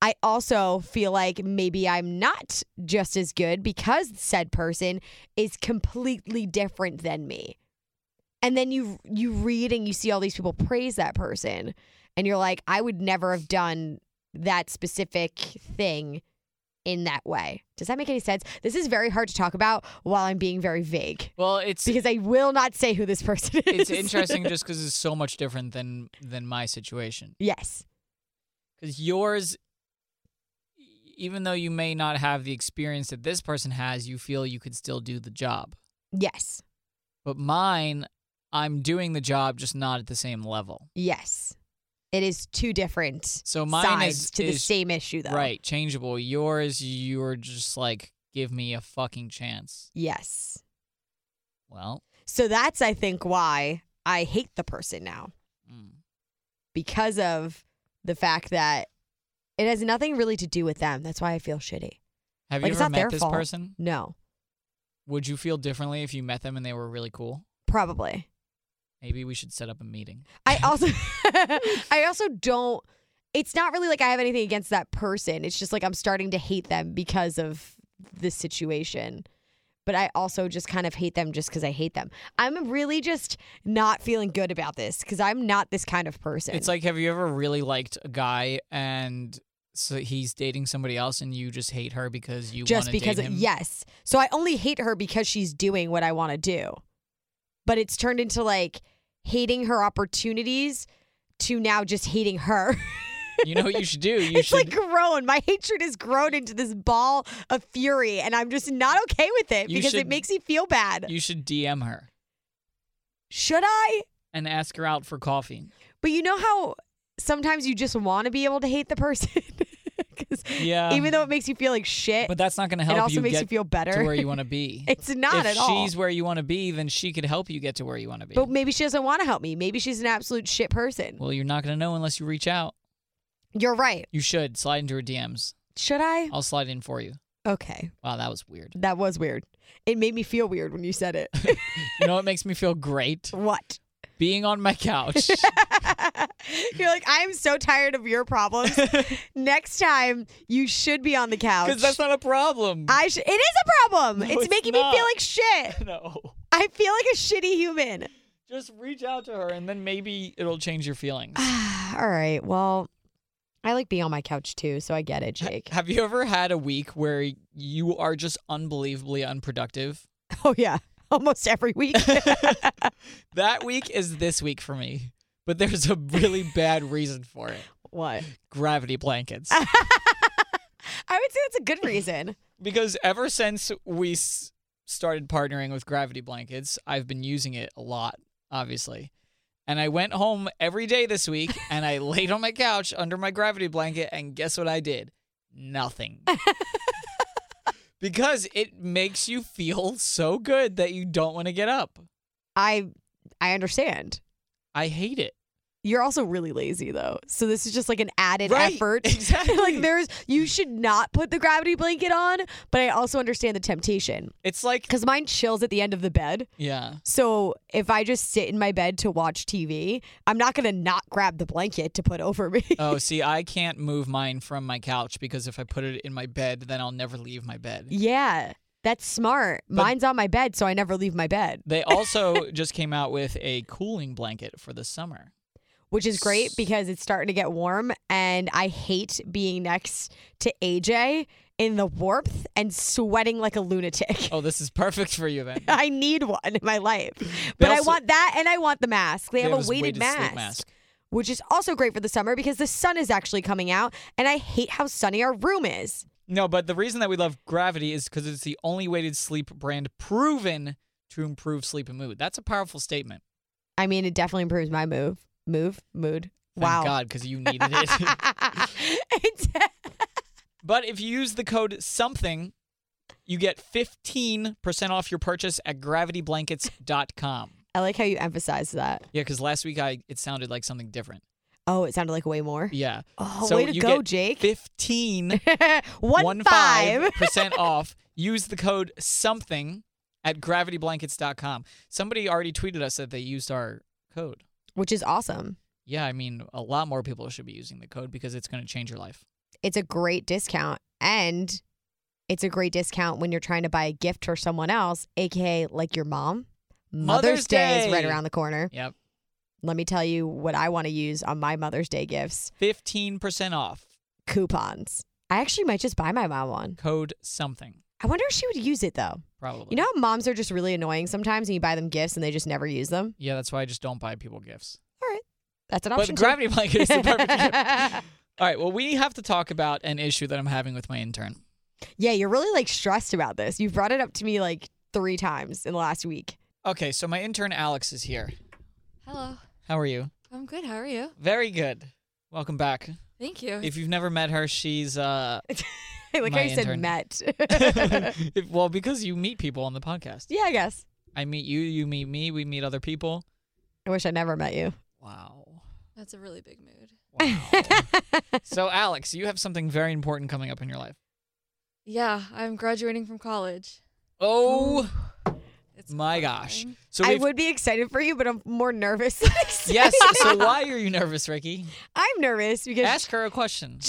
Speaker 2: I also feel like maybe I'm not just as good because said person is completely different than me. And then you you read and you see all these people praise that person and you're like I would never have done that specific thing in that way. Does that make any sense? This is very hard to talk about while I'm being very vague
Speaker 3: Well, it's
Speaker 2: because I will not say who this person is. <laughs>
Speaker 3: it's interesting just because it's so much different than than my situation.
Speaker 2: yes.
Speaker 3: Because yours, even though you may not have the experience that this person has, you feel you could still do the job.
Speaker 2: Yes.
Speaker 3: But mine, I'm doing the job, just not at the same level.
Speaker 2: Yes. It is two different
Speaker 3: So mine
Speaker 2: sides
Speaker 3: is
Speaker 2: to the
Speaker 3: is-
Speaker 2: same issue though.
Speaker 3: right changeable. Yours, you're just like give me a fucking chance.
Speaker 2: Yes.
Speaker 3: Well,
Speaker 2: So that's, I think, why I hate the person now
Speaker 3: mm,
Speaker 2: because of the fact that it has nothing really to do with them. That's why I feel shitty.
Speaker 3: have
Speaker 2: Like,
Speaker 3: you
Speaker 2: it's
Speaker 3: ever
Speaker 2: not their
Speaker 3: met this
Speaker 2: fault.
Speaker 3: person?
Speaker 2: No,
Speaker 3: Would you feel differently if you met them and they were really cool?
Speaker 2: probably.
Speaker 3: Maybe we should set up a meeting. <laughs>
Speaker 2: I also, <laughs> I also don't. It's not really like I have anything against that person. It's just like I'm starting to hate them because of this situation. But I also just kind of hate them just because I hate them. I'm really just not feeling good about this because I'm not this kind of person.
Speaker 3: It's like, have you ever really liked a guy and so he's dating somebody else and you just hate her because you
Speaker 2: just
Speaker 3: wanna
Speaker 2: because
Speaker 3: date him?
Speaker 2: yes so i only hate her because she's doing what i want to do but it's turned into like hating her opportunities to now just hating her <laughs>
Speaker 3: You know what you should do? You
Speaker 2: it's
Speaker 3: should.
Speaker 2: like grown my hatred has grown into this ball of fury and i'm just not okay with it
Speaker 3: You
Speaker 2: because it
Speaker 3: should-
Speaker 2: makes me feel bad
Speaker 3: you should DM her
Speaker 2: should i
Speaker 3: and ask her out for coffee.
Speaker 2: but you know how sometimes you just want to be able to hate the person <laughs> 'Cause
Speaker 3: Yeah.
Speaker 2: even though it makes you feel like shit
Speaker 3: but that's not going to
Speaker 2: it
Speaker 3: help
Speaker 2: also
Speaker 3: you
Speaker 2: makes
Speaker 3: get
Speaker 2: you feel better
Speaker 3: to where you want to be.
Speaker 2: <laughs> it's not
Speaker 3: if
Speaker 2: at all
Speaker 3: she's where you want to be, then she could help you get to where you want to be.
Speaker 2: But maybe she doesn't want to help me. Maybe she's an absolute shit person.
Speaker 3: well, you're not going to know unless you reach out.
Speaker 2: You're right.
Speaker 3: You should slide into her DMs.
Speaker 2: Should I?
Speaker 3: I'll slide in for you.
Speaker 2: Okay.
Speaker 3: Wow, that was weird.
Speaker 2: That was weird. It made me feel weird when you said
Speaker 3: <laughs>
Speaker 2: it.
Speaker 3: You know what makes me
Speaker 2: <laughs>
Speaker 3: feel great?
Speaker 2: what?
Speaker 3: Being on
Speaker 2: <laughs>
Speaker 3: my couch.
Speaker 2: You're like, I'm so tired of your
Speaker 3: <laughs>
Speaker 2: problems. Next time, you should be on the couch.
Speaker 3: Because that's not a problem.
Speaker 2: I sh- it is a problem.
Speaker 3: No,
Speaker 2: it's,
Speaker 3: it's
Speaker 2: making
Speaker 3: not.
Speaker 2: me feel like shit.
Speaker 3: <laughs> no.
Speaker 2: I feel like a shitty human. <sighs>
Speaker 3: Just reach out to her and then maybe it'll change your feelings.
Speaker 2: Ah, All right. Well, I like being on my couch too, so I get it,
Speaker 3: <laughs>
Speaker 2: Jake.
Speaker 3: Have you ever had a week where you are just unbelievably unproductive?
Speaker 2: oh yeah, almost every
Speaker 3: <laughs>
Speaker 2: week.
Speaker 3: That week is this week for me, but there's a really bad reason for it
Speaker 2: what?
Speaker 3: gravity blankets.
Speaker 2: I would say that's a good reason.
Speaker 3: because ever since we s- started partnering with gravity blankets i've been using it a lot obviously and i went home every day this
Speaker 2: <laughs>
Speaker 3: week and i laid on my couch under my gravity blanket and guess what i did
Speaker 2: <laughs>
Speaker 3: nothing because it makes you feel so good that you don't want to get up
Speaker 2: I I understand.
Speaker 3: i hate it
Speaker 2: You're also really lazy though, so this is just like an added
Speaker 3: Right,
Speaker 2: effort. <laughs>
Speaker 3: <laughs> exactly.
Speaker 2: like there's, you should not put the gravity blanket on, but I also understand the temptation
Speaker 3: it's like
Speaker 2: because mine chills at the end of the bed.
Speaker 3: yeah
Speaker 2: So if I just sit in my bed to watch TV, I'm not gonna not grab the blanket to put over me.
Speaker 3: oh see i can't move mine from my couch because if i put it in my bed then i'll never leave my bed
Speaker 2: <laughs> yeah, that's smart. Mine's on my bed, so I never leave my bed,
Speaker 3: They also just came out with a cooling blanket for the summer.
Speaker 2: which is great because it's starting to get warm, and I hate being next to AJ in the warmth and sweating like a lunatic.
Speaker 3: Oh, this is perfect for you then.
Speaker 2: <laughs> I need one in my life, but I
Speaker 3: also-
Speaker 2: want that and I want the mask. <laughs> They,
Speaker 3: They
Speaker 2: have
Speaker 3: have
Speaker 2: a
Speaker 3: this
Speaker 2: weighted,
Speaker 3: weighted
Speaker 2: mask,
Speaker 3: sleep mask.
Speaker 2: which is also great for the summer because the sun is actually coming out, and I hate how sunny our room is.
Speaker 3: No, but the reason that we love Gravity is because it's the only weighted sleep brand proven to improve sleep and mood. That's a powerful statement.
Speaker 2: I mean, it definitely improves my move, move, mood.
Speaker 3: Thank
Speaker 2: wow.
Speaker 3: God, because you needed
Speaker 2: <laughs>
Speaker 3: it. <laughs>
Speaker 2: It's-
Speaker 3: but if you use the code something, you get 15% off your purchase at gravityblankets.com.
Speaker 2: I like how you emphasize that.
Speaker 3: Yeah, because last week I it sounded like something different.
Speaker 2: Oh, it sounded like way more.
Speaker 3: Yeah.
Speaker 2: Oh,
Speaker 3: so
Speaker 2: way to
Speaker 3: you
Speaker 2: go,
Speaker 3: get
Speaker 2: Jake.
Speaker 3: 15
Speaker 2: <laughs> One, five.
Speaker 3: percent off. Use the code something at gravityblankets.com. Somebody already tweeted us that they used our code.
Speaker 2: which is awesome.
Speaker 3: Yeah, I mean, a lot more people should be using the code because it's going to change your life.
Speaker 2: It's a great discount. And it's a great discount when you're trying to buy a gift for someone else, AKA like your mom.
Speaker 3: Mother's
Speaker 2: is right
Speaker 3: Day.
Speaker 2: around the corner.
Speaker 3: Yep,
Speaker 2: Let me tell you what I want to use on my Mother's Day gifts
Speaker 3: fifteen percent off.
Speaker 2: coupons. I actually might just buy my mom one.
Speaker 3: Code something
Speaker 2: I wonder if she would use it though.
Speaker 3: probably.
Speaker 2: You know how moms are just really annoying sometimes and you buy them gifts and they just never use them?
Speaker 3: Yeah, that's why I just don't buy people gifts.
Speaker 2: That's an
Speaker 3: But
Speaker 2: option.
Speaker 3: the <laughs>
Speaker 2: too.
Speaker 3: gravity blanket is
Speaker 2: <laughs>
Speaker 3: the perfect gift. All right, well, we have to talk about an issue that I'm having with my intern.
Speaker 2: yeah, you're really like stressed about this. You've brought it up to me like three times in the last week. <laughs>
Speaker 3: Okay, so my intern Alex is here.
Speaker 4: Hello.
Speaker 3: How are you?
Speaker 4: I'm good. How are you?
Speaker 3: Very good. Welcome back.
Speaker 4: Thank you.
Speaker 3: If you've never met her, she's uh
Speaker 2: I like
Speaker 3: My
Speaker 2: how you said
Speaker 3: intern.
Speaker 2: met. <laughs>
Speaker 3: <laughs> If- well, because you meet people on the podcast.
Speaker 2: yeah, I guess.
Speaker 3: I meet you, you meet me, we meet other people.
Speaker 2: I wish I never met you.
Speaker 3: Wow.
Speaker 4: That's a really big mood.
Speaker 3: Wow. so, Alex, you have something very important coming up in your life.
Speaker 4: Yeah, I'm graduating from college.
Speaker 3: Oh
Speaker 4: It's
Speaker 3: my gosh.
Speaker 4: horrifying.
Speaker 3: So
Speaker 2: I
Speaker 3: we've-
Speaker 2: would <laughs> be excited for you, but I'm more nervous. <laughs> than excited.
Speaker 3: <laughs> Yes. So why are you nervous, Ricky?
Speaker 2: <laughs> I'm nervous because
Speaker 3: Ask her a question.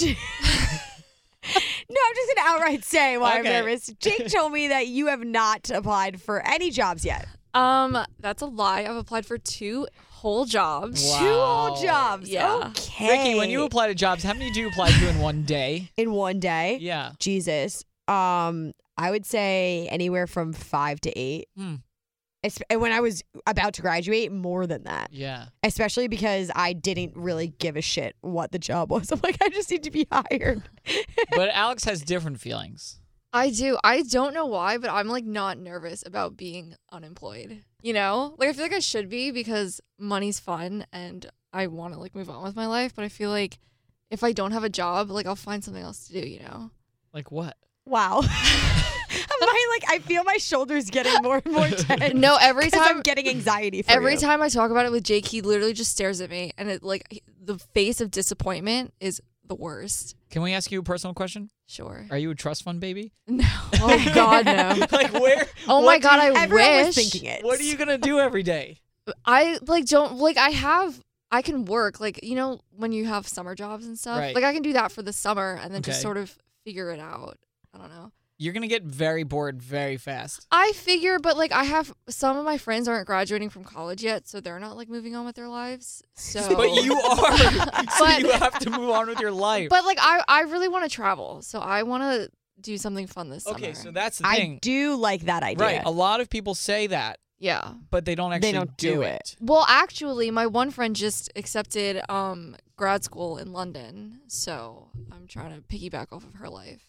Speaker 2: no, I'm just gonna outright say why
Speaker 3: Okay.
Speaker 2: I'm nervous. Jake told me that you have not applied for any jobs yet.
Speaker 4: Um, that's a lie. I've applied for two whole jobs.
Speaker 2: Two whole
Speaker 3: Wow.
Speaker 2: jobs.
Speaker 4: Yeah.
Speaker 2: Okay.
Speaker 3: Ricky, when you apply to jobs, how many do you apply to in one day?
Speaker 2: in one day.
Speaker 3: Yeah.
Speaker 2: Jesus. Um, I would say anywhere from five to eight.
Speaker 3: Hmm.
Speaker 2: Espe- and when I was about to graduate, more than that,
Speaker 3: Yeah.
Speaker 2: especially because I didn't really give a shit what the job was. <laughs> I'm like, I just need to be hired.
Speaker 3: But Alex has different feelings.
Speaker 4: I do. I don't know why, but I'm like not nervous about being unemployed. You know? Like I feel like I should be because money's fun and I want to like move on with my life, but I feel like if I don't have a job, like I'll find something else to do, you
Speaker 3: <laughs>
Speaker 4: know?
Speaker 3: Like what?
Speaker 2: Wow. <laughs> my like, I feel my shoulders getting more and more tense.
Speaker 4: <laughs> No, every
Speaker 2: 'cause
Speaker 4: time
Speaker 2: I'm getting anxiety. For
Speaker 4: Every
Speaker 2: you.
Speaker 4: time I talk about it with Jake, he literally just stares at me, and it like he- the face of disappointment is the worst.
Speaker 3: Can we ask you a personal question?
Speaker 4: Sure. <laughs>
Speaker 3: Are you a trust fund baby?
Speaker 4: No. Oh God, <laughs> no.
Speaker 3: <laughs> like where?
Speaker 4: Oh my
Speaker 3: what do
Speaker 4: God,
Speaker 3: you-
Speaker 4: I
Speaker 2: Everyone
Speaker 4: wish.
Speaker 2: was thinking it.
Speaker 4: <laughs>
Speaker 3: What are you gonna do every day?
Speaker 4: I like don't like I have I can work like you know when you have summer jobs and stuff.
Speaker 3: Right.
Speaker 4: Like I can do that for the summer and then
Speaker 3: Okay.
Speaker 4: just sort of figure it out. I don't know.
Speaker 3: You're gonna get very bored very fast.
Speaker 4: I figure, but like I have some of my friends aren't graduating from college yet, so they're not like moving on with their lives. So,
Speaker 3: <laughs> But you are. <laughs> <laughs> so
Speaker 4: But-
Speaker 3: you have to move on with your life.
Speaker 4: but like I, I really want to travel, so I want to do something fun this
Speaker 3: <laughs>
Speaker 4: summer.
Speaker 3: okay, so that's the
Speaker 2: I
Speaker 3: thing.
Speaker 2: do like that idea.
Speaker 3: Right. A lot of people say that,
Speaker 4: yeah.
Speaker 3: but they don't actually
Speaker 2: They don't do
Speaker 3: it.
Speaker 4: Well, actually, my one friend just accepted um grad school in London, so I'm trying to piggyback off of her life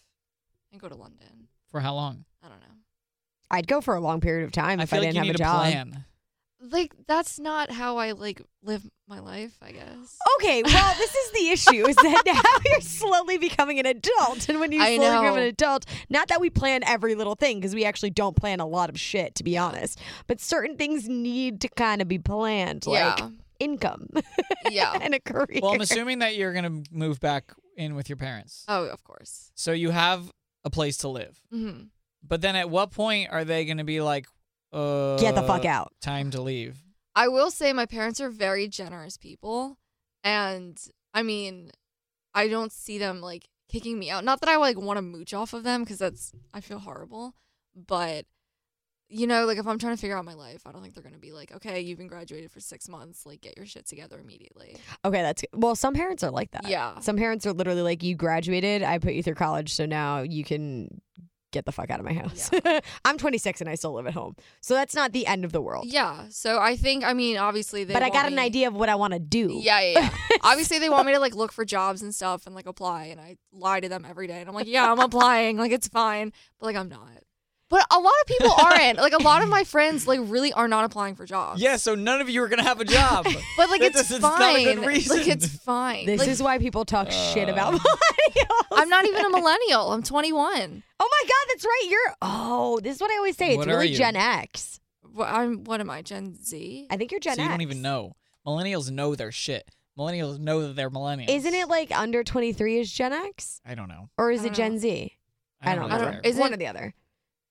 Speaker 4: and go to London.
Speaker 3: For how long?
Speaker 4: I don't know.
Speaker 2: I'd go for a long period of time
Speaker 3: I
Speaker 2: if
Speaker 3: feel
Speaker 2: I
Speaker 3: like
Speaker 2: didn't
Speaker 3: you
Speaker 2: have a
Speaker 3: need
Speaker 2: job. <laughs>
Speaker 3: plan.
Speaker 4: Like that's not how I like live my life, I guess.
Speaker 2: Okay, well, this is the issue: is that <laughs> now you're slowly becoming an adult, and when you
Speaker 4: I
Speaker 2: slowly become an
Speaker 4: know.
Speaker 2: adult, not that we plan every little thing because we actually don't plan a lot of shit, to be honest. But certain things need to kind of be planned, like
Speaker 4: Yeah.
Speaker 2: income <laughs>
Speaker 4: yeah.
Speaker 2: and a career.
Speaker 3: Well, I'm assuming that you're gonna move back in with your parents,
Speaker 4: Oh, of course.
Speaker 3: so you have a place to live.
Speaker 4: hmm
Speaker 3: But then, at what point are they gonna be like, uh,
Speaker 2: Get the fuck out.
Speaker 3: Time to leave.
Speaker 4: I will say my parents are very generous people. And I mean, I don't see them like kicking me out. Not that I like want to mooch off of them because that's, I feel horrible. But, you know, like if I'm trying to figure out my life, I don't think they're going to be like, okay, you've been graduated for six months. Like get your shit together immediately.
Speaker 2: Okay, that's well. Some parents are like that.
Speaker 4: Yeah.
Speaker 2: Some parents are literally like, "You graduated. I put you through college, so now you can get the fuck out of my house." <laughs> I'm 26 and I still live at home, so that's not the end of the world.
Speaker 4: Yeah. So I think, I mean, obviously they.
Speaker 2: but I
Speaker 4: want
Speaker 2: got an
Speaker 4: me-
Speaker 2: idea of what I want to do.
Speaker 4: Yeah, yeah, yeah.
Speaker 3: <laughs>
Speaker 4: Obviously, they want me to like look for jobs and stuff and like apply, and I lie to them every day. And I'm like, yeah, I'm applying, like it's fine, but like I'm not. But a lot of people aren't. Like a lot of my friends, like really are not applying for jobs.
Speaker 3: Yeah, so none of you are gonna have a job.
Speaker 4: but like
Speaker 3: that
Speaker 4: it's
Speaker 3: doesn't- it's not a
Speaker 4: fine.
Speaker 3: good
Speaker 4: Like
Speaker 3: reason.
Speaker 4: it's fine.
Speaker 2: This
Speaker 4: Like,
Speaker 2: is why people talk shit about
Speaker 3: Uh.
Speaker 2: millennials.
Speaker 4: I'm
Speaker 3: <laughs>
Speaker 4: not even a millennial. I'm 21.
Speaker 2: Oh my god, that's right. You're. Oh, this is what I always say. It's
Speaker 3: What are
Speaker 2: really
Speaker 3: you?
Speaker 2: Gen X.
Speaker 4: Wha- I'm what am I? Gen Z?
Speaker 2: I think you're <laughs> Gen
Speaker 3: so
Speaker 2: X.
Speaker 3: you don't even know. Millennials know their shit. Millennials know that they're millennials.
Speaker 2: Isn't it like under 23 is Gen X
Speaker 3: I don't know.
Speaker 2: or is
Speaker 4: I
Speaker 2: it
Speaker 4: don't
Speaker 2: Gen Z? I don't know.
Speaker 4: I
Speaker 3: really care.
Speaker 4: don't- is
Speaker 2: one
Speaker 4: it-
Speaker 2: or the other.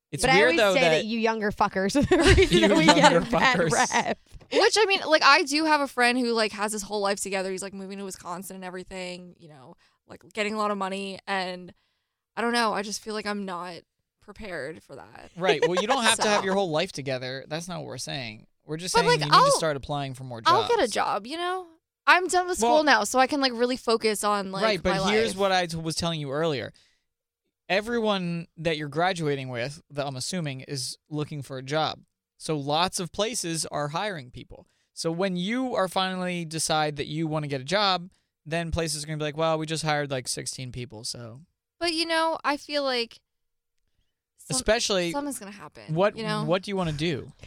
Speaker 3: it's
Speaker 2: but I
Speaker 3: weird
Speaker 2: always
Speaker 3: though
Speaker 2: say that,
Speaker 3: that,
Speaker 2: you younger fuckers are
Speaker 3: <laughs>
Speaker 2: the reason
Speaker 3: You
Speaker 2: that we get a
Speaker 3: younger
Speaker 2: bad
Speaker 3: fuckers.
Speaker 2: rep.
Speaker 4: Which I mean, like I do have a friend who like has his whole life together. He's like moving to Wisconsin and everything, you know, like getting a lot of money and I don't know, I just feel like I'm not prepared for that.
Speaker 3: <laughs> right. Well,
Speaker 4: <laughs>
Speaker 3: you don't have to have
Speaker 4: So-
Speaker 3: your whole life together. That's not what we're saying. We're just
Speaker 4: But,
Speaker 3: saying
Speaker 4: like,
Speaker 3: you need
Speaker 4: I'll-
Speaker 3: to start applying for more
Speaker 4: I'll
Speaker 3: jobs.
Speaker 4: get a job, you know? I'm done with school
Speaker 3: Well-
Speaker 4: now, so I can like really focus on like
Speaker 3: right, but
Speaker 4: my
Speaker 3: here's
Speaker 4: life.
Speaker 3: what I t- was telling you earlier. Everyone that you're graduating with, that I'm assuming, is looking for a job. So lots of places are hiring people. So when you are finally decide that you want to get a job, then places are going to be like, "Well, we just hired like 16 people." So
Speaker 4: But you know, I feel like some-
Speaker 3: especially
Speaker 4: something's gonna happen.
Speaker 3: what
Speaker 4: you know?
Speaker 3: what do you want to do?
Speaker 4: <laughs>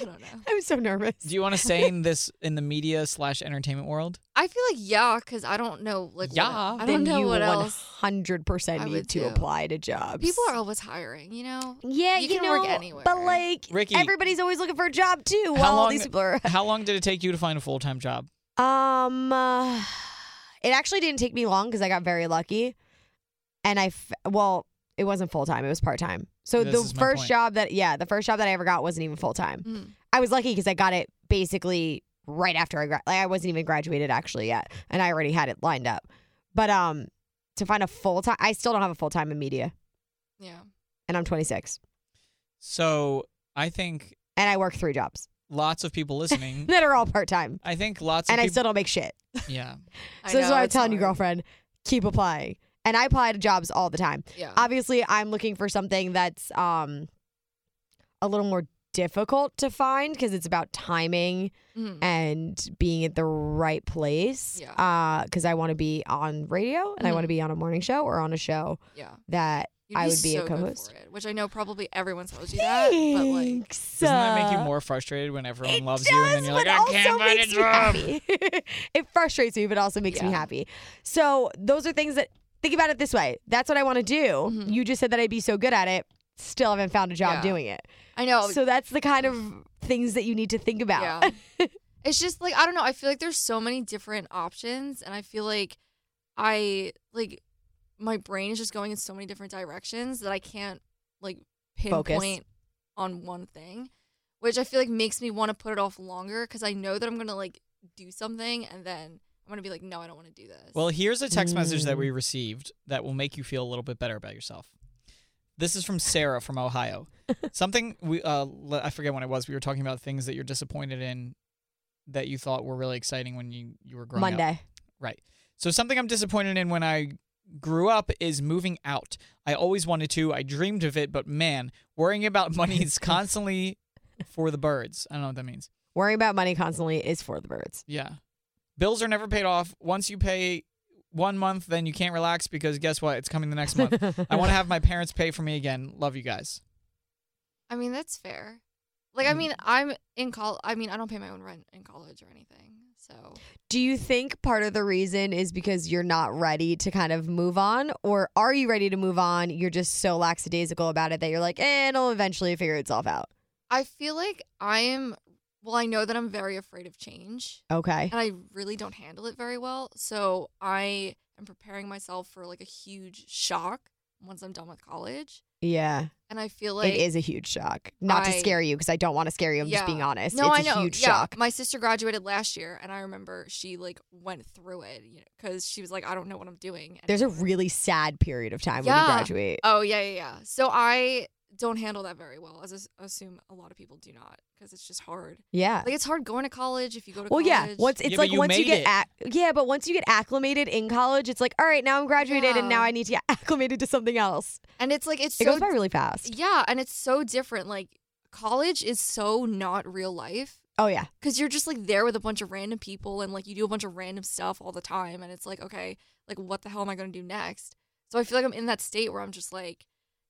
Speaker 4: I don't know.
Speaker 2: I'm so nervous.
Speaker 3: Do you want to stay in this in the media slash entertainment world?
Speaker 4: I feel like yeah, because I don't know like what-
Speaker 3: Yeah.
Speaker 4: I
Speaker 2: then
Speaker 4: don't know
Speaker 2: you
Speaker 4: what else.
Speaker 2: 100%
Speaker 4: I
Speaker 2: need
Speaker 4: would
Speaker 2: to
Speaker 4: do.
Speaker 2: apply to jobs.
Speaker 4: People are always hiring, you know?
Speaker 2: Yeah,
Speaker 4: You
Speaker 2: you,
Speaker 4: can work
Speaker 2: know,
Speaker 4: anywhere.
Speaker 2: But like,
Speaker 3: Ricky-
Speaker 2: everybody's always looking for a job too. While all
Speaker 3: long-
Speaker 2: these people are,
Speaker 3: How long did it take you to find a full time job?
Speaker 2: um, uh, it actually didn't take me long because I got very lucky, and I f- well, it wasn't full time; it was part time. So
Speaker 3: This is
Speaker 2: the
Speaker 3: my
Speaker 2: first
Speaker 3: point.
Speaker 2: job that yeah, the first job that I ever got wasn't even full time.
Speaker 4: Mm.
Speaker 2: I was lucky because I got it basically right after I gra- like I wasn't even graduated actually yet, and I already had it lined up. But um, to find a full time, I still don't have a full time in media,
Speaker 4: Yeah.
Speaker 2: and I'm 26,
Speaker 3: So I think
Speaker 2: and I work three jobs <laughs>
Speaker 3: lots of people listening.
Speaker 2: that are all part time,
Speaker 3: I think lots of
Speaker 2: and I
Speaker 3: people.
Speaker 2: still don't make shit. <laughs>
Speaker 3: yeah.
Speaker 4: I
Speaker 2: So this is
Speaker 4: know,
Speaker 2: what I'm
Speaker 4: it's
Speaker 2: telling you,
Speaker 4: hard.
Speaker 2: girlfriend. Keep applying. And I apply to jobs all the time.
Speaker 4: Yeah.
Speaker 2: Obviously, I'm looking for something that's um a little more difficult to find because it's about timing
Speaker 3: Mm-hmm.
Speaker 4: Mhm.
Speaker 2: and being at the right place.
Speaker 4: Yeah.
Speaker 2: Because I want to be on radio and I
Speaker 3: Mm-hmm.
Speaker 2: want to be on a morning show or on a show
Speaker 4: Yeah.
Speaker 2: that
Speaker 4: You'd
Speaker 2: I would be a
Speaker 4: so good for
Speaker 2: co-host.
Speaker 4: it, which I know probably everyone tells you that, but like,
Speaker 2: Thanks,
Speaker 3: Uh, Doesn't that make you
Speaker 2: uh,
Speaker 3: more frustrated when everyone
Speaker 2: it
Speaker 3: loves
Speaker 2: does,
Speaker 3: you and then you're like,
Speaker 2: but
Speaker 3: I
Speaker 2: also
Speaker 3: can't find a
Speaker 2: makes me
Speaker 3: job?
Speaker 2: happy. <laughs> it frustrates me, but also makes me
Speaker 4: Yeah.
Speaker 2: happy. So those are things that think about it this way. That's what I want to do.
Speaker 3: Mm-hmm.
Speaker 4: Mhm.
Speaker 2: You just said that I'd be so good at it. Still haven't found a job
Speaker 4: Yeah.
Speaker 2: doing it.
Speaker 4: I know.
Speaker 2: So that's the kind of things that you need to think about. <laughs>
Speaker 4: yeah. it's just like I don't know. I feel like there's so many different options, and I feel like I like my brain is just going in so many different directions that I can't like pinpoint on one thing, which I feel like makes me want to put it off longer because I know that I'm gonna like do something and then I'm gonna be like, no, I don't want to do this.
Speaker 3: Well, here's a text message that
Speaker 2: Mm.
Speaker 3: we received that will make you feel a little bit better about yourself. This is from Sarah from Ohio.
Speaker 2: <laughs>
Speaker 3: Something we uh, le- I forget when it was. We were talking about things that you're disappointed in that you thought were really exciting when you you were growing up.
Speaker 2: Monday.
Speaker 3: So something I'm disappointed in when I grew up is moving out. I always wanted to. I dreamed of it, but man, worrying
Speaker 2: <laughs>
Speaker 3: about money is constantly for the birds. I don't know what that means.
Speaker 2: Worrying about money constantly is for the birds.
Speaker 3: Yeah. Bills are never paid off. Once you pay one month, then you can't relax because guess what? It's coming the next month. I want to have my parents pay for me again. Love you guys.
Speaker 4: I mean, that's fair. Like, I
Speaker 2: Mm.
Speaker 4: mean, I'm in college. I mean, I don't pay my own rent in college or anything. So
Speaker 2: <laughs> Do you think part of the reason is because you're not ready to kind of move on? Or are you ready to move on? You're just so lackadaisical about it that you're like, eh, it'll eventually figure itself out.
Speaker 4: I feel like I am. Well, I know that I'm very afraid of
Speaker 2: <laughs>
Speaker 4: change,
Speaker 2: Okay.
Speaker 4: and I really don't handle it very well. So I am preparing myself for like a huge shock once I'm done with college.
Speaker 2: Yeah.
Speaker 4: And I feel like
Speaker 2: it is a huge shock. Not to
Speaker 4: I-
Speaker 2: scare you because I don't want to scare you. I'm just
Speaker 4: Yeah.
Speaker 2: being honest.
Speaker 4: No,
Speaker 2: it's
Speaker 4: I know.
Speaker 2: a huge
Speaker 4: yeah,
Speaker 2: shock.
Speaker 4: my sister graduated last year, and I remember she like went through it, you know, because she was like, I don't know what I'm doing.
Speaker 2: There's a
Speaker 4: anymore."
Speaker 2: really sad period of time when
Speaker 4: Yeah.
Speaker 2: you graduate.
Speaker 4: Oh yeah, yeah, yeah. So I don't handle that very well, as I s- assume a lot of people do not, because it's just hard.
Speaker 2: Yeah.
Speaker 4: Like it's hard going to college if you go to
Speaker 2: Well,
Speaker 4: college.
Speaker 2: yeah. Once it's
Speaker 3: Yeah, but
Speaker 2: like
Speaker 3: you
Speaker 2: once you get
Speaker 3: made it.
Speaker 2: ac- yeah, but once you get acclimated in college, it's like all right, now I'm graduated and now
Speaker 4: Yeah.
Speaker 2: I need to get <laughs> acclimated to something else.
Speaker 4: and it's like it's
Speaker 2: It
Speaker 4: so
Speaker 2: goes by really fast.
Speaker 4: yeah, and it's so different. Like college is so not real life
Speaker 2: Oh yeah,
Speaker 4: because you're just like there with a bunch of random people and like you do a bunch of random stuff all the time, and it's like okay, like what the hell am I going to do next? So I feel like I'm in that state where I'm just like,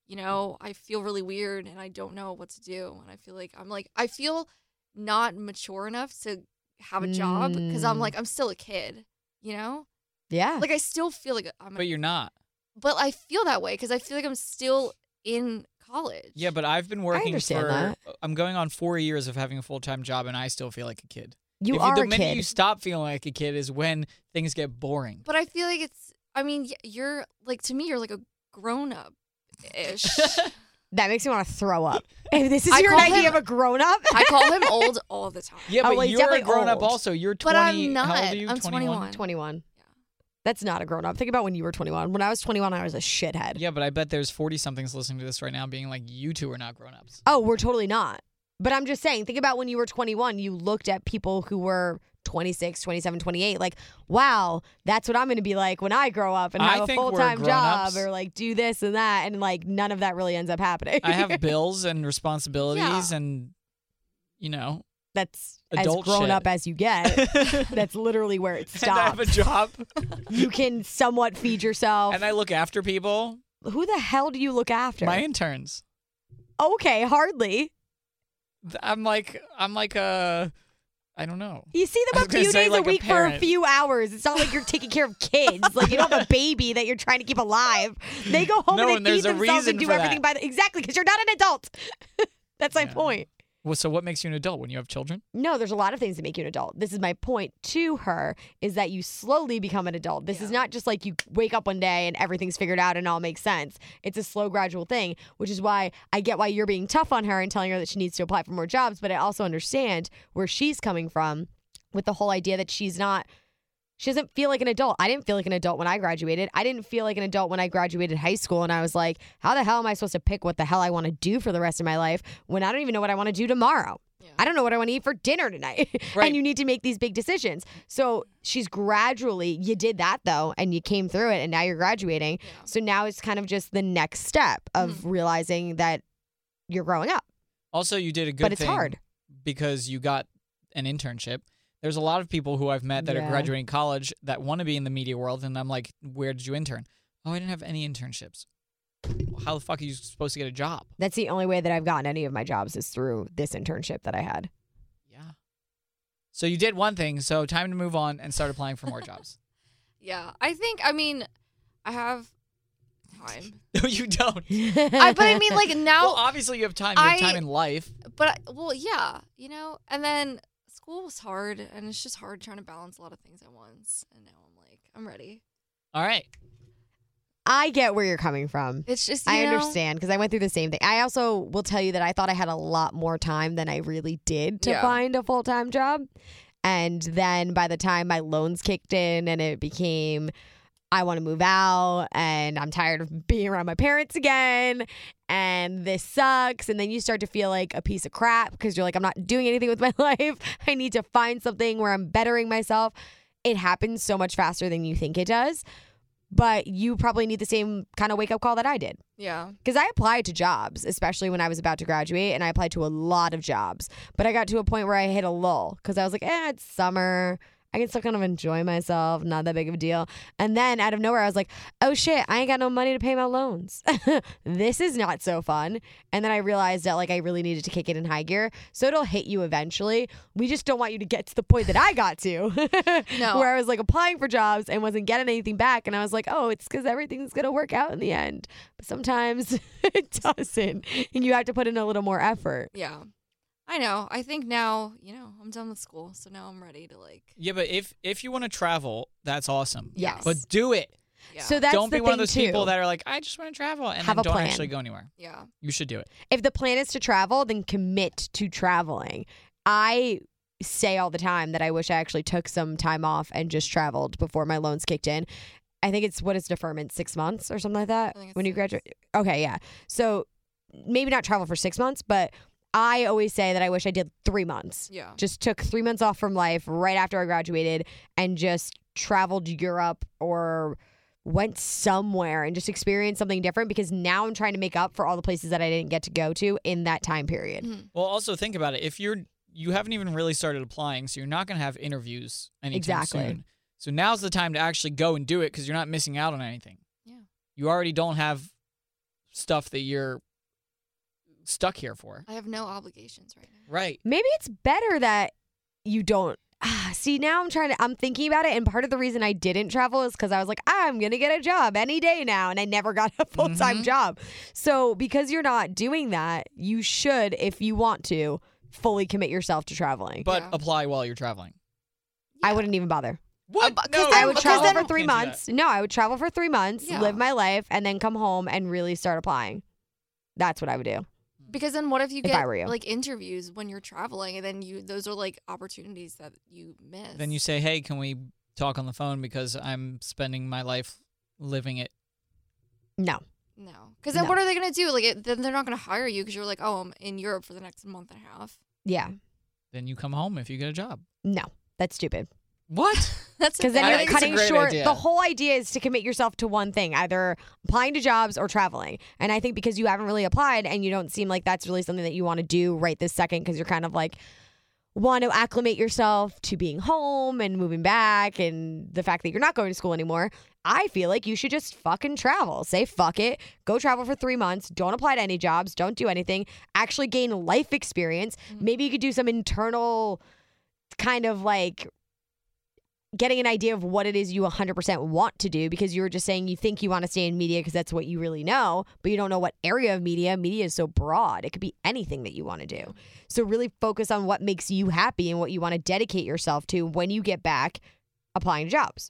Speaker 4: you know, I feel really weird and I don't know what to do, and I feel like I'm like I feel not mature enough to have a job because I'm
Speaker 2: Mm.
Speaker 4: like I'm still a kid, you know.
Speaker 2: yeah.
Speaker 4: Like I still feel like
Speaker 2: Mm.
Speaker 4: I'm,
Speaker 3: But you're not.
Speaker 4: but I feel that way because I feel like I'm still in college.
Speaker 3: Yeah, but I've been working
Speaker 2: understand
Speaker 3: for
Speaker 2: that.
Speaker 3: I'm going on 4 years of having a full-time job and I still feel like a kid.
Speaker 2: you
Speaker 3: If
Speaker 2: are
Speaker 3: the
Speaker 2: a
Speaker 3: minute
Speaker 2: kid.
Speaker 3: you stop feeling like a kid is when things get boring.
Speaker 4: But I feel like it's. I mean, y- you're like to me, you're like a grown
Speaker 3: <laughs>
Speaker 4: up ish.
Speaker 2: that makes me want to throw up. If this is
Speaker 4: I
Speaker 2: your
Speaker 4: call
Speaker 2: idea
Speaker 4: him-
Speaker 2: of a grown up,
Speaker 4: I call him old all the time.
Speaker 3: Yeah,
Speaker 2: Oh,
Speaker 3: but
Speaker 2: well, he's
Speaker 3: you're a
Speaker 2: definitely
Speaker 3: grown up
Speaker 2: old.
Speaker 3: also. You're 20.
Speaker 4: <laughs> But I'm
Speaker 3: How old
Speaker 4: not.
Speaker 3: are you?
Speaker 4: I'm 21.
Speaker 2: 21.
Speaker 4: Yeah.
Speaker 2: That's not a grown up. Think about when you were 21. When I was 21, I was a shithead.
Speaker 3: Yeah, but I bet there's 40 somethings listening to this right now being like you two are not grown-ups.
Speaker 2: Oh, we're totally not. But I'm just saying, think about when you were 21, you looked at people who were 26, 27, 28, like, wow, that's what I'm going to be like when I grow up and
Speaker 3: I
Speaker 2: have a
Speaker 3: think we're
Speaker 2: full time job
Speaker 3: grown-ups.
Speaker 2: or like do this and that. And like none of that really ends up happening.
Speaker 3: I have bills and responsibilities and
Speaker 2: <laughs>
Speaker 3: you know,
Speaker 2: <laughs>
Speaker 3: <laughs>
Speaker 2: that's
Speaker 3: adult
Speaker 2: as grown
Speaker 3: shit.
Speaker 2: up as you
Speaker 3: <laughs>
Speaker 2: get. that's literally where it
Speaker 3: and I have
Speaker 2: stops.
Speaker 3: a job
Speaker 2: you can somewhat feed yourself.
Speaker 3: and I look after people.
Speaker 2: who the hell do you look after?
Speaker 3: My interns.
Speaker 2: okay, hardly.
Speaker 3: Th- I'm like I'm like a I don't know.
Speaker 2: You see
Speaker 3: I
Speaker 2: them
Speaker 3: was
Speaker 2: a
Speaker 3: gonna
Speaker 2: few
Speaker 3: say,
Speaker 2: days
Speaker 3: like,
Speaker 2: a
Speaker 3: a
Speaker 2: week for a
Speaker 3: parent.
Speaker 2: few hours. It's not like you're taking care of kids. Like you don't
Speaker 3: <laughs>
Speaker 2: have a baby that you're trying to keep alive. They go home
Speaker 3: No,
Speaker 2: and
Speaker 3: and
Speaker 2: they feed
Speaker 3: there's a
Speaker 2: themselves and
Speaker 3: reason
Speaker 2: do
Speaker 3: for
Speaker 2: everything by
Speaker 3: that.
Speaker 2: the- exactly because you're not an adult. <laughs> That's my
Speaker 3: Yeah.
Speaker 2: point.
Speaker 3: Well, so what makes you an adult when you have children?
Speaker 2: No, there's a lot of things that make you an adult. This is my point to her is that you slowly become an adult. This is
Speaker 4: Yeah.
Speaker 2: not just like you wake up one day and everything's figured out and all makes sense. It's a slow gradual thing, which is why I get why you're being tough on her and telling her that she needs to apply for more jobs, but I also understand where she's coming from with the whole idea that she's not she doesn't feel like an adult. I didn't feel like an adult when I graduated. I didn't feel like an adult when I graduated high school. And I was like, how the hell am I supposed to pick what the hell I want to do for the rest of my life when I don't even know what I want to do tomorrow?
Speaker 4: Yeah.
Speaker 2: I don't know what I want to eat for dinner tonight. <laughs>
Speaker 3: Right.
Speaker 2: and you need to make these big decisions. So she's gradually, you did that though, and you came through it, and now you're graduating.
Speaker 4: Yeah.
Speaker 2: So now it's kind of just the next step of
Speaker 3: Mm.
Speaker 2: realizing that you're growing up.
Speaker 3: Also, you did a good
Speaker 2: But it's
Speaker 3: thing
Speaker 2: hard.
Speaker 3: because you got an internship. There's a lot of people who I've met that
Speaker 2: Yeah.
Speaker 3: are graduating college that want to be in the media world, and I'm like, where did you intern? Oh, I didn't have any internships. Well, How the fuck are you supposed to get a job?
Speaker 2: That's the only way that I've gotten any of my jobs is through this internship that I
Speaker 3: <laughs>
Speaker 2: had. <laughs>
Speaker 3: Yeah. So you did one thing, so time to move on and start applying for more jobs.
Speaker 4: Yeah, I think. I mean, I have time.
Speaker 3: <laughs> no, you don't.
Speaker 4: <laughs> I, but I mean, <laughs> like
Speaker 3: Well,
Speaker 4: now,
Speaker 3: obviously you have time. You have
Speaker 4: I-
Speaker 3: time in life.
Speaker 4: but I, well, yeah, you know. And then school was hard, and it's just hard trying to balance a lot of things at once. And now I'm like, I'm ready.
Speaker 3: All right.
Speaker 2: I get where you're coming from.
Speaker 4: It's just you
Speaker 2: I
Speaker 4: know,
Speaker 2: understand because I went through the same thing. I also will tell you that I thought I had a lot more time than I really did to
Speaker 4: Yeah.
Speaker 2: find a full time job. And then by the time my loans kicked in and it became, I want to move out and I'm tired of being around my parents again and this sucks. And then you start to feel like a piece of crap because you're like, I'm not doing anything with my <laughs> life. I need to find something where I'm bettering myself. It happens so much faster than you think it does. But you probably need the same kind of wake up call that I did
Speaker 4: Yeah.
Speaker 2: because I applied to jobs, especially when I was about to graduate, and I applied to a lot of jobs. But I got to a point where I hit a lull because I was like, eh, it's summer. I can still kind of enjoy myself, not that big of a deal. And then out of nowhere, I was like, oh shit, I ain't got no money to pay my loans. <laughs> this is not so fun. And then I realized that like I really needed to kick it in high gear. So it'll hit you eventually. We just don't want you to get to the point that I got to, <laughs>
Speaker 4: No.
Speaker 2: where I was like applying for jobs and wasn't getting anything back. And I was like, oh, it's because everything's going to work out in the end but sometimes <laughs> it doesn't. And you have to put in a little more effort.
Speaker 4: Yeah. I know. I think now, you know, I'm done with school, so now I'm ready to like
Speaker 3: Yeah, but if if you want to travel, that's awesome.
Speaker 2: Yes.
Speaker 3: But do it.
Speaker 4: yeah.
Speaker 2: So that's
Speaker 3: don't
Speaker 2: the
Speaker 3: be
Speaker 2: thing
Speaker 3: one of those
Speaker 2: too.
Speaker 3: people that are like, I just want to travel and
Speaker 2: Have
Speaker 3: then
Speaker 2: a
Speaker 3: don't
Speaker 2: plan.
Speaker 3: actually go anywhere.
Speaker 4: yeah.
Speaker 3: You should do it.
Speaker 2: if the plan is to travel, then commit to traveling. I say all the time that I wish I actually took some time off and just traveled before my loans kicked in. I think it's what is deferment, six months or something like that
Speaker 4: I think it's
Speaker 2: when you
Speaker 4: six.
Speaker 2: graduate. Okay, yeah. So maybe not travel for six months, but I always say that I wish I did three months.
Speaker 4: Yeah.
Speaker 2: just took three months off from life right after I graduated and just traveled Europe or went somewhere and just experienced something different because now I'm trying to make up for all the places that I didn't get to go to in that time period.
Speaker 4: Mhm.
Speaker 3: Well, also think about it. If you're you haven't even really started applying, so you're not going to have interviews anytime
Speaker 2: Exactly.
Speaker 3: soon. So now's the time to actually go and do it because you're not missing out on anything.
Speaker 4: Yeah.
Speaker 3: You already don't have stuff that you're stuck here for.
Speaker 4: I have no obligations right now.
Speaker 3: Right.
Speaker 2: Maybe it's better that you don't. Ah, See, now I'm trying to, I'm thinking about it. And part of the reason I didn't travel is because I was like, I'm going to get a job any day now. And I never got a full time
Speaker 4: Mhm.
Speaker 2: job. So because you're not doing that, you should, if you want to, fully commit yourself to traveling.
Speaker 3: But
Speaker 4: Yeah.
Speaker 3: apply while you're traveling.
Speaker 2: I
Speaker 4: Yeah.
Speaker 2: wouldn't even bother.
Speaker 3: What?
Speaker 4: No,
Speaker 2: I would
Speaker 4: because
Speaker 2: Uh, travel
Speaker 4: then-
Speaker 2: for three
Speaker 3: Can't do that.
Speaker 2: months. No, I would travel for three months,
Speaker 4: Yeah.
Speaker 2: live my life, and then come home and really start applying. That's what I would do.
Speaker 4: Because then what if you
Speaker 2: If
Speaker 4: get
Speaker 2: I were you.
Speaker 4: like interviews when you're traveling and then you those are like opportunities that you miss.
Speaker 3: Then you say, "Hey, can we talk on the phone because I'm spending my life living it."
Speaker 2: No.
Speaker 4: No. Because then
Speaker 2: No.
Speaker 4: what are they going to do? Like it, then they're not going to hire you because you're like, "Oh, I'm in Europe for the next month and a half." <laughs>
Speaker 2: Yeah.
Speaker 3: Then you come home if you get a job.
Speaker 2: No. That's stupid.
Speaker 3: What?
Speaker 4: That's
Speaker 2: Because
Speaker 3: I
Speaker 2: then you're
Speaker 3: think it's a
Speaker 2: cutting
Speaker 3: great
Speaker 2: short.
Speaker 3: idea.
Speaker 2: The whole idea is to commit yourself to one thing, either applying to jobs or traveling. And I think because you haven't really applied and you don't seem like that's really something that you want to do right this second, because you're kind of like, want to acclimate yourself to being home and moving back and the fact that you're not going to school anymore, I feel like you should just fucking travel. Say fuck it. Go travel for three months. Don't apply to any jobs. Don't do anything. Actually gain life experience.
Speaker 3: Mm.
Speaker 4: Mhm.
Speaker 2: Maybe you could do some internal kind of like getting an idea of what it is you 100% want to do because you were just saying you think you want to stay in media because that's what you really know, but you don't know what area of media. Media is so broad, it could be anything that you want to do. So really focus on what makes you happy and what you want to dedicate yourself to when you get back applying to jobs.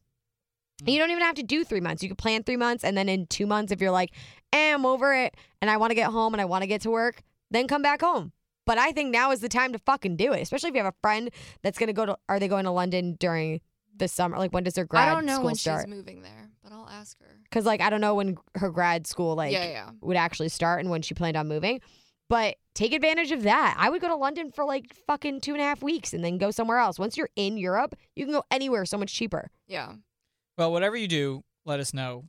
Speaker 2: And you don't even have to do three months. You could plan three months and then in two months, if you're like, eh, I'm over it and I want to get home and I want to get to work, then come back home. But I think now is the time to fucking do it, especially if you have a friend that's going to go to, are they going to London during the summer? Like when does their grad
Speaker 4: I don't know
Speaker 2: school
Speaker 4: when
Speaker 2: start?
Speaker 4: she's moving there, but I'll ask her.
Speaker 2: Because like, I don't know when her grad school like
Speaker 4: yeah, yeah.
Speaker 2: would actually start and when she planned on moving. But take advantage of that. I would go to London for like fucking two and a half weeks and then go somewhere else. Once you're in Europe, you can go anywhere so much cheaper.
Speaker 4: Yeah.
Speaker 3: Well, whatever you do, let us know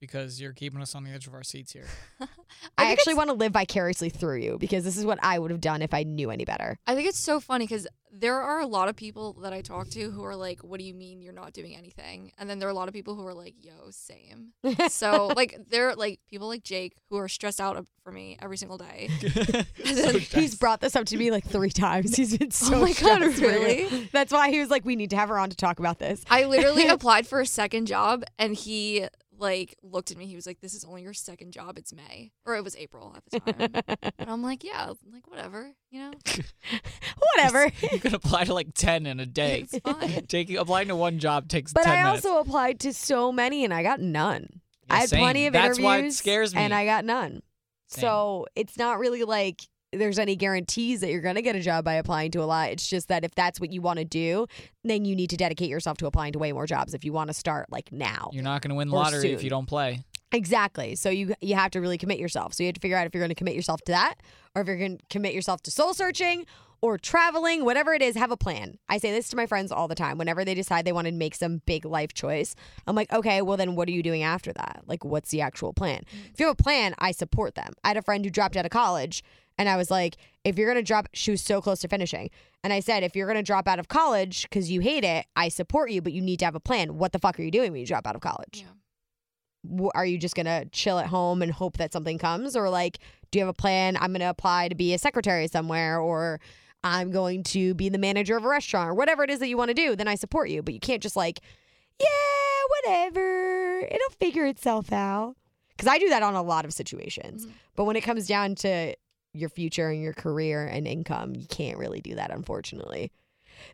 Speaker 3: because you're keeping us on the edge of our
Speaker 2: <laughs>
Speaker 3: seats here.
Speaker 2: I,
Speaker 4: think
Speaker 2: actually
Speaker 4: it's-
Speaker 2: want to live vicariously through you because this is what I would have done if I knew any better.
Speaker 4: I think it's so funny because there are a lot of people that I talk to who are like, "What do you mean you're not doing anything?" And then there are a lot of people who are like, "Yo, same."
Speaker 2: <laughs>
Speaker 4: So like there are like people like Jake who are stressed out ab- for me every
Speaker 3: <laughs>
Speaker 4: single day.
Speaker 3: So
Speaker 2: He's
Speaker 3: stressed.
Speaker 2: brought this up to me like three times. He's <laughs>
Speaker 4: <laughs>
Speaker 2: been so
Speaker 4: oh my god,
Speaker 2: stressed for you.
Speaker 4: really?
Speaker 2: That's why he was like, we need to have her on to talk about this. <laughs>
Speaker 4: I literally applied for a second job and he like looked at me. He was like, "This is only your second job. It's May or it was April
Speaker 2: <laughs>
Speaker 4: at the time." and I'm like, "Yeah, like whatever, you know, <laughs>
Speaker 2: Whatever.
Speaker 3: <laughs> you can apply to like 10 in
Speaker 2: <laughs>
Speaker 3: a day.
Speaker 4: it's
Speaker 3: <laughs>
Speaker 4: fine."
Speaker 3: Taking applying to one job takes
Speaker 2: But
Speaker 3: 10
Speaker 2: I
Speaker 3: minutes.
Speaker 2: also applied to so many and I got none.
Speaker 3: Yeah,
Speaker 2: I had
Speaker 3: same.
Speaker 2: plenty of
Speaker 3: That's
Speaker 2: interviews.
Speaker 3: why it scares me.
Speaker 2: And I got none.
Speaker 3: Same.
Speaker 2: So it's not really like there's any guarantees that you're going to get a job by applying to a lot. It's just that if that's what you want to do, then you need to dedicate yourself to applying to way more jobs if you want to start like now.
Speaker 3: You're not going to win
Speaker 2: Or
Speaker 3: lottery if
Speaker 2: soon.
Speaker 3: you don't play.
Speaker 2: Exactly. So you you have to really commit yourself. So you have to figure out if you're going to commit yourself to that or if you're going to commit yourself to soul searching or traveling, whatever it is, have a plan. I say this to my friends all the time. Whenever they decide they want to make some big life choice, I'm like, "Okay, well then what are you doing after that? Like what's the actual plan?" If you have a plan, I support them. I had a friend who dropped out of college and I was like, "If you're going to drop," she was so close to finishing. And I said, "If you're going to drop out of college cuz you hate it, I support you, but you need to have a plan. What the fuck are you doing when you drop out of college?"
Speaker 4: Yeah.
Speaker 2: w- are you just gonna chill at home and hope that something comes or like do you have a plan i'm gonna apply to be a secretary somewhere or i'm going to be the manager of a restaurant or whatever it is that you want to do then i support you but you can't just like yeah whatever it'll figure itself out because i do that on a lot of situations
Speaker 4: Mhm.
Speaker 2: but when it comes down to your future and your career and income you can't really do that unfortunately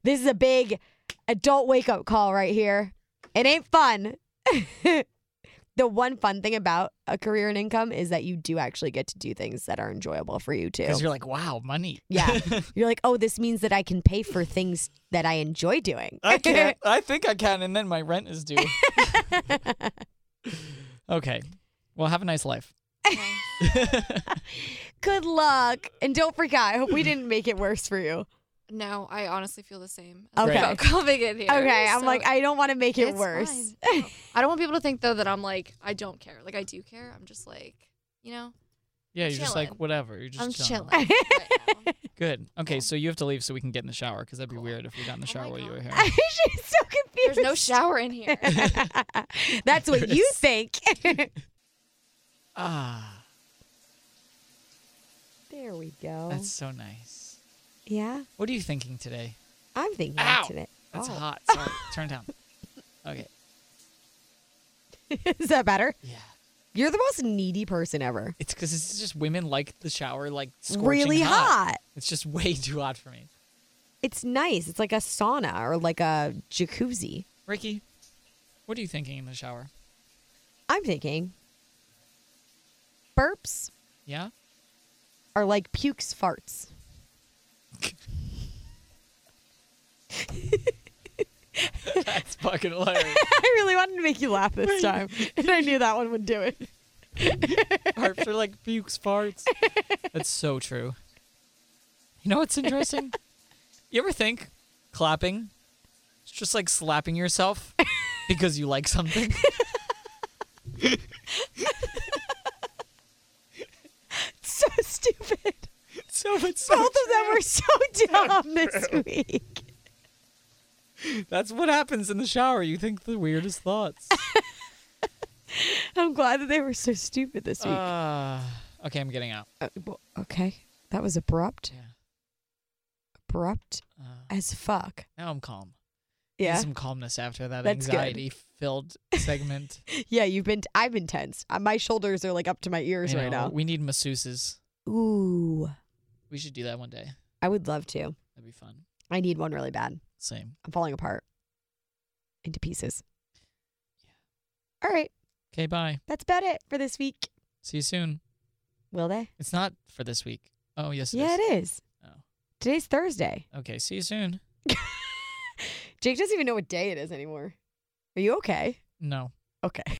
Speaker 2: this is a big adult wake-up call right here it ain't fun <laughs> the one fun thing about a career and income is that you do actually get to do things that are enjoyable for you too.
Speaker 3: Because you're like, wow,
Speaker 2: <laughs>
Speaker 3: money.
Speaker 2: yeah. You're like, oh, this means that I can pay for things that I enjoy doing. <laughs>
Speaker 3: I can't. I think I can. And then my rent is due. <laughs> okay. Well, have a nice life. <laughs>
Speaker 2: Good luck. And don't forget, I hope we didn't make it worse for you.
Speaker 4: no, I honestly feel the same.
Speaker 2: Okay.
Speaker 4: about <laughs> coming in here.
Speaker 2: Okay. I'm
Speaker 4: So
Speaker 2: like, I don't want to make it
Speaker 4: it's
Speaker 2: worse. <laughs>
Speaker 4: fine. No. I don't want people to think though that I'm like I don't care. Like I do care. I'm just like you know
Speaker 3: Yeah, you're just like,
Speaker 4: Chillin'.
Speaker 3: whatever. You're just
Speaker 4: I'm
Speaker 3: chilling.
Speaker 4: chilling. right now.
Speaker 3: Good. Okay,
Speaker 4: Yeah.
Speaker 3: so you have to leave so we can get in the shower because that'd be
Speaker 4: Cool.
Speaker 3: weird if we got in the
Speaker 4: Oh
Speaker 3: shower
Speaker 4: my
Speaker 3: while you were here.
Speaker 2: <laughs> She's so confused.
Speaker 4: There's no shower in here.
Speaker 2: <laughs> That's what
Speaker 3: There
Speaker 2: you
Speaker 3: is.
Speaker 2: think. <laughs>
Speaker 3: ah,
Speaker 2: there we go.
Speaker 3: that's so nice.
Speaker 2: yeah.
Speaker 3: What are you thinking today?
Speaker 2: I'm thinking
Speaker 3: Ow.
Speaker 2: today.
Speaker 3: That's
Speaker 2: Oh.
Speaker 3: hot. Sorry. Turn it down. Okay.
Speaker 2: <laughs> is that better?
Speaker 3: Yeah.
Speaker 2: You're the most needy person ever.
Speaker 3: It's because it's just women like the shower like scorching
Speaker 2: really
Speaker 3: hot.
Speaker 2: hot.
Speaker 3: It's just way <laughs> too hot for me.
Speaker 2: It's nice. It's like a sauna or like a jacuzzi.
Speaker 3: Ricky, what are you thinking in the shower?
Speaker 2: I'm thinking burps
Speaker 3: Yeah.
Speaker 2: <laughs> are like pukes farts.
Speaker 3: That's fucking hilarious.
Speaker 2: <laughs> I really wanted to make you laugh this time, and I knew that one would do <laughs> it.
Speaker 3: <laughs> Harps are like pukes, farts. That's so true. You know what's
Speaker 2: <laughs>
Speaker 3: interesting? You ever think clapping is just like
Speaker 2: <laughs>
Speaker 3: slapping yourself because you like something? <laughs>
Speaker 2: So stupid.
Speaker 3: so it's so
Speaker 2: Both of them were <laughs> so dumb this week.
Speaker 3: true. That's what happens in the shower. You think the weirdest <laughs> thoughts.
Speaker 2: I'm glad that they were so stupid this week. Ah.
Speaker 3: Uh, okay, I'm getting out.
Speaker 2: Uh, well, okay, that was abrupt.
Speaker 3: Yeah.
Speaker 2: Abrupt
Speaker 3: Uh,
Speaker 2: as fuck.
Speaker 3: now I'm calm. Need
Speaker 2: Yeah,
Speaker 3: Some calmness after that
Speaker 2: That's good. <laughs>
Speaker 3: anxiety-filled segment.
Speaker 2: yeah. You've been. I've been tense. Uh, My shoulders are like up to my ears
Speaker 3: You
Speaker 2: right
Speaker 3: know,
Speaker 2: now.
Speaker 3: We need masseuses.
Speaker 2: Ooh,
Speaker 3: We should do that one day.
Speaker 2: I would love to.
Speaker 3: That'd be fun.
Speaker 2: I need one really bad.
Speaker 3: Same.
Speaker 2: I'm falling apart into pieces. All right.
Speaker 3: Okay, bye.
Speaker 2: That's about it for this week.
Speaker 3: See you soon.
Speaker 2: Will they?
Speaker 3: It's not for this week. Oh, yes, it
Speaker 2: yeah,
Speaker 3: is.
Speaker 2: it is. Today's Thursday.
Speaker 3: Oh, okay. See you soon.
Speaker 2: Jake doesn't even know what day it is anymore. Are you okay?
Speaker 3: No.
Speaker 2: Okay.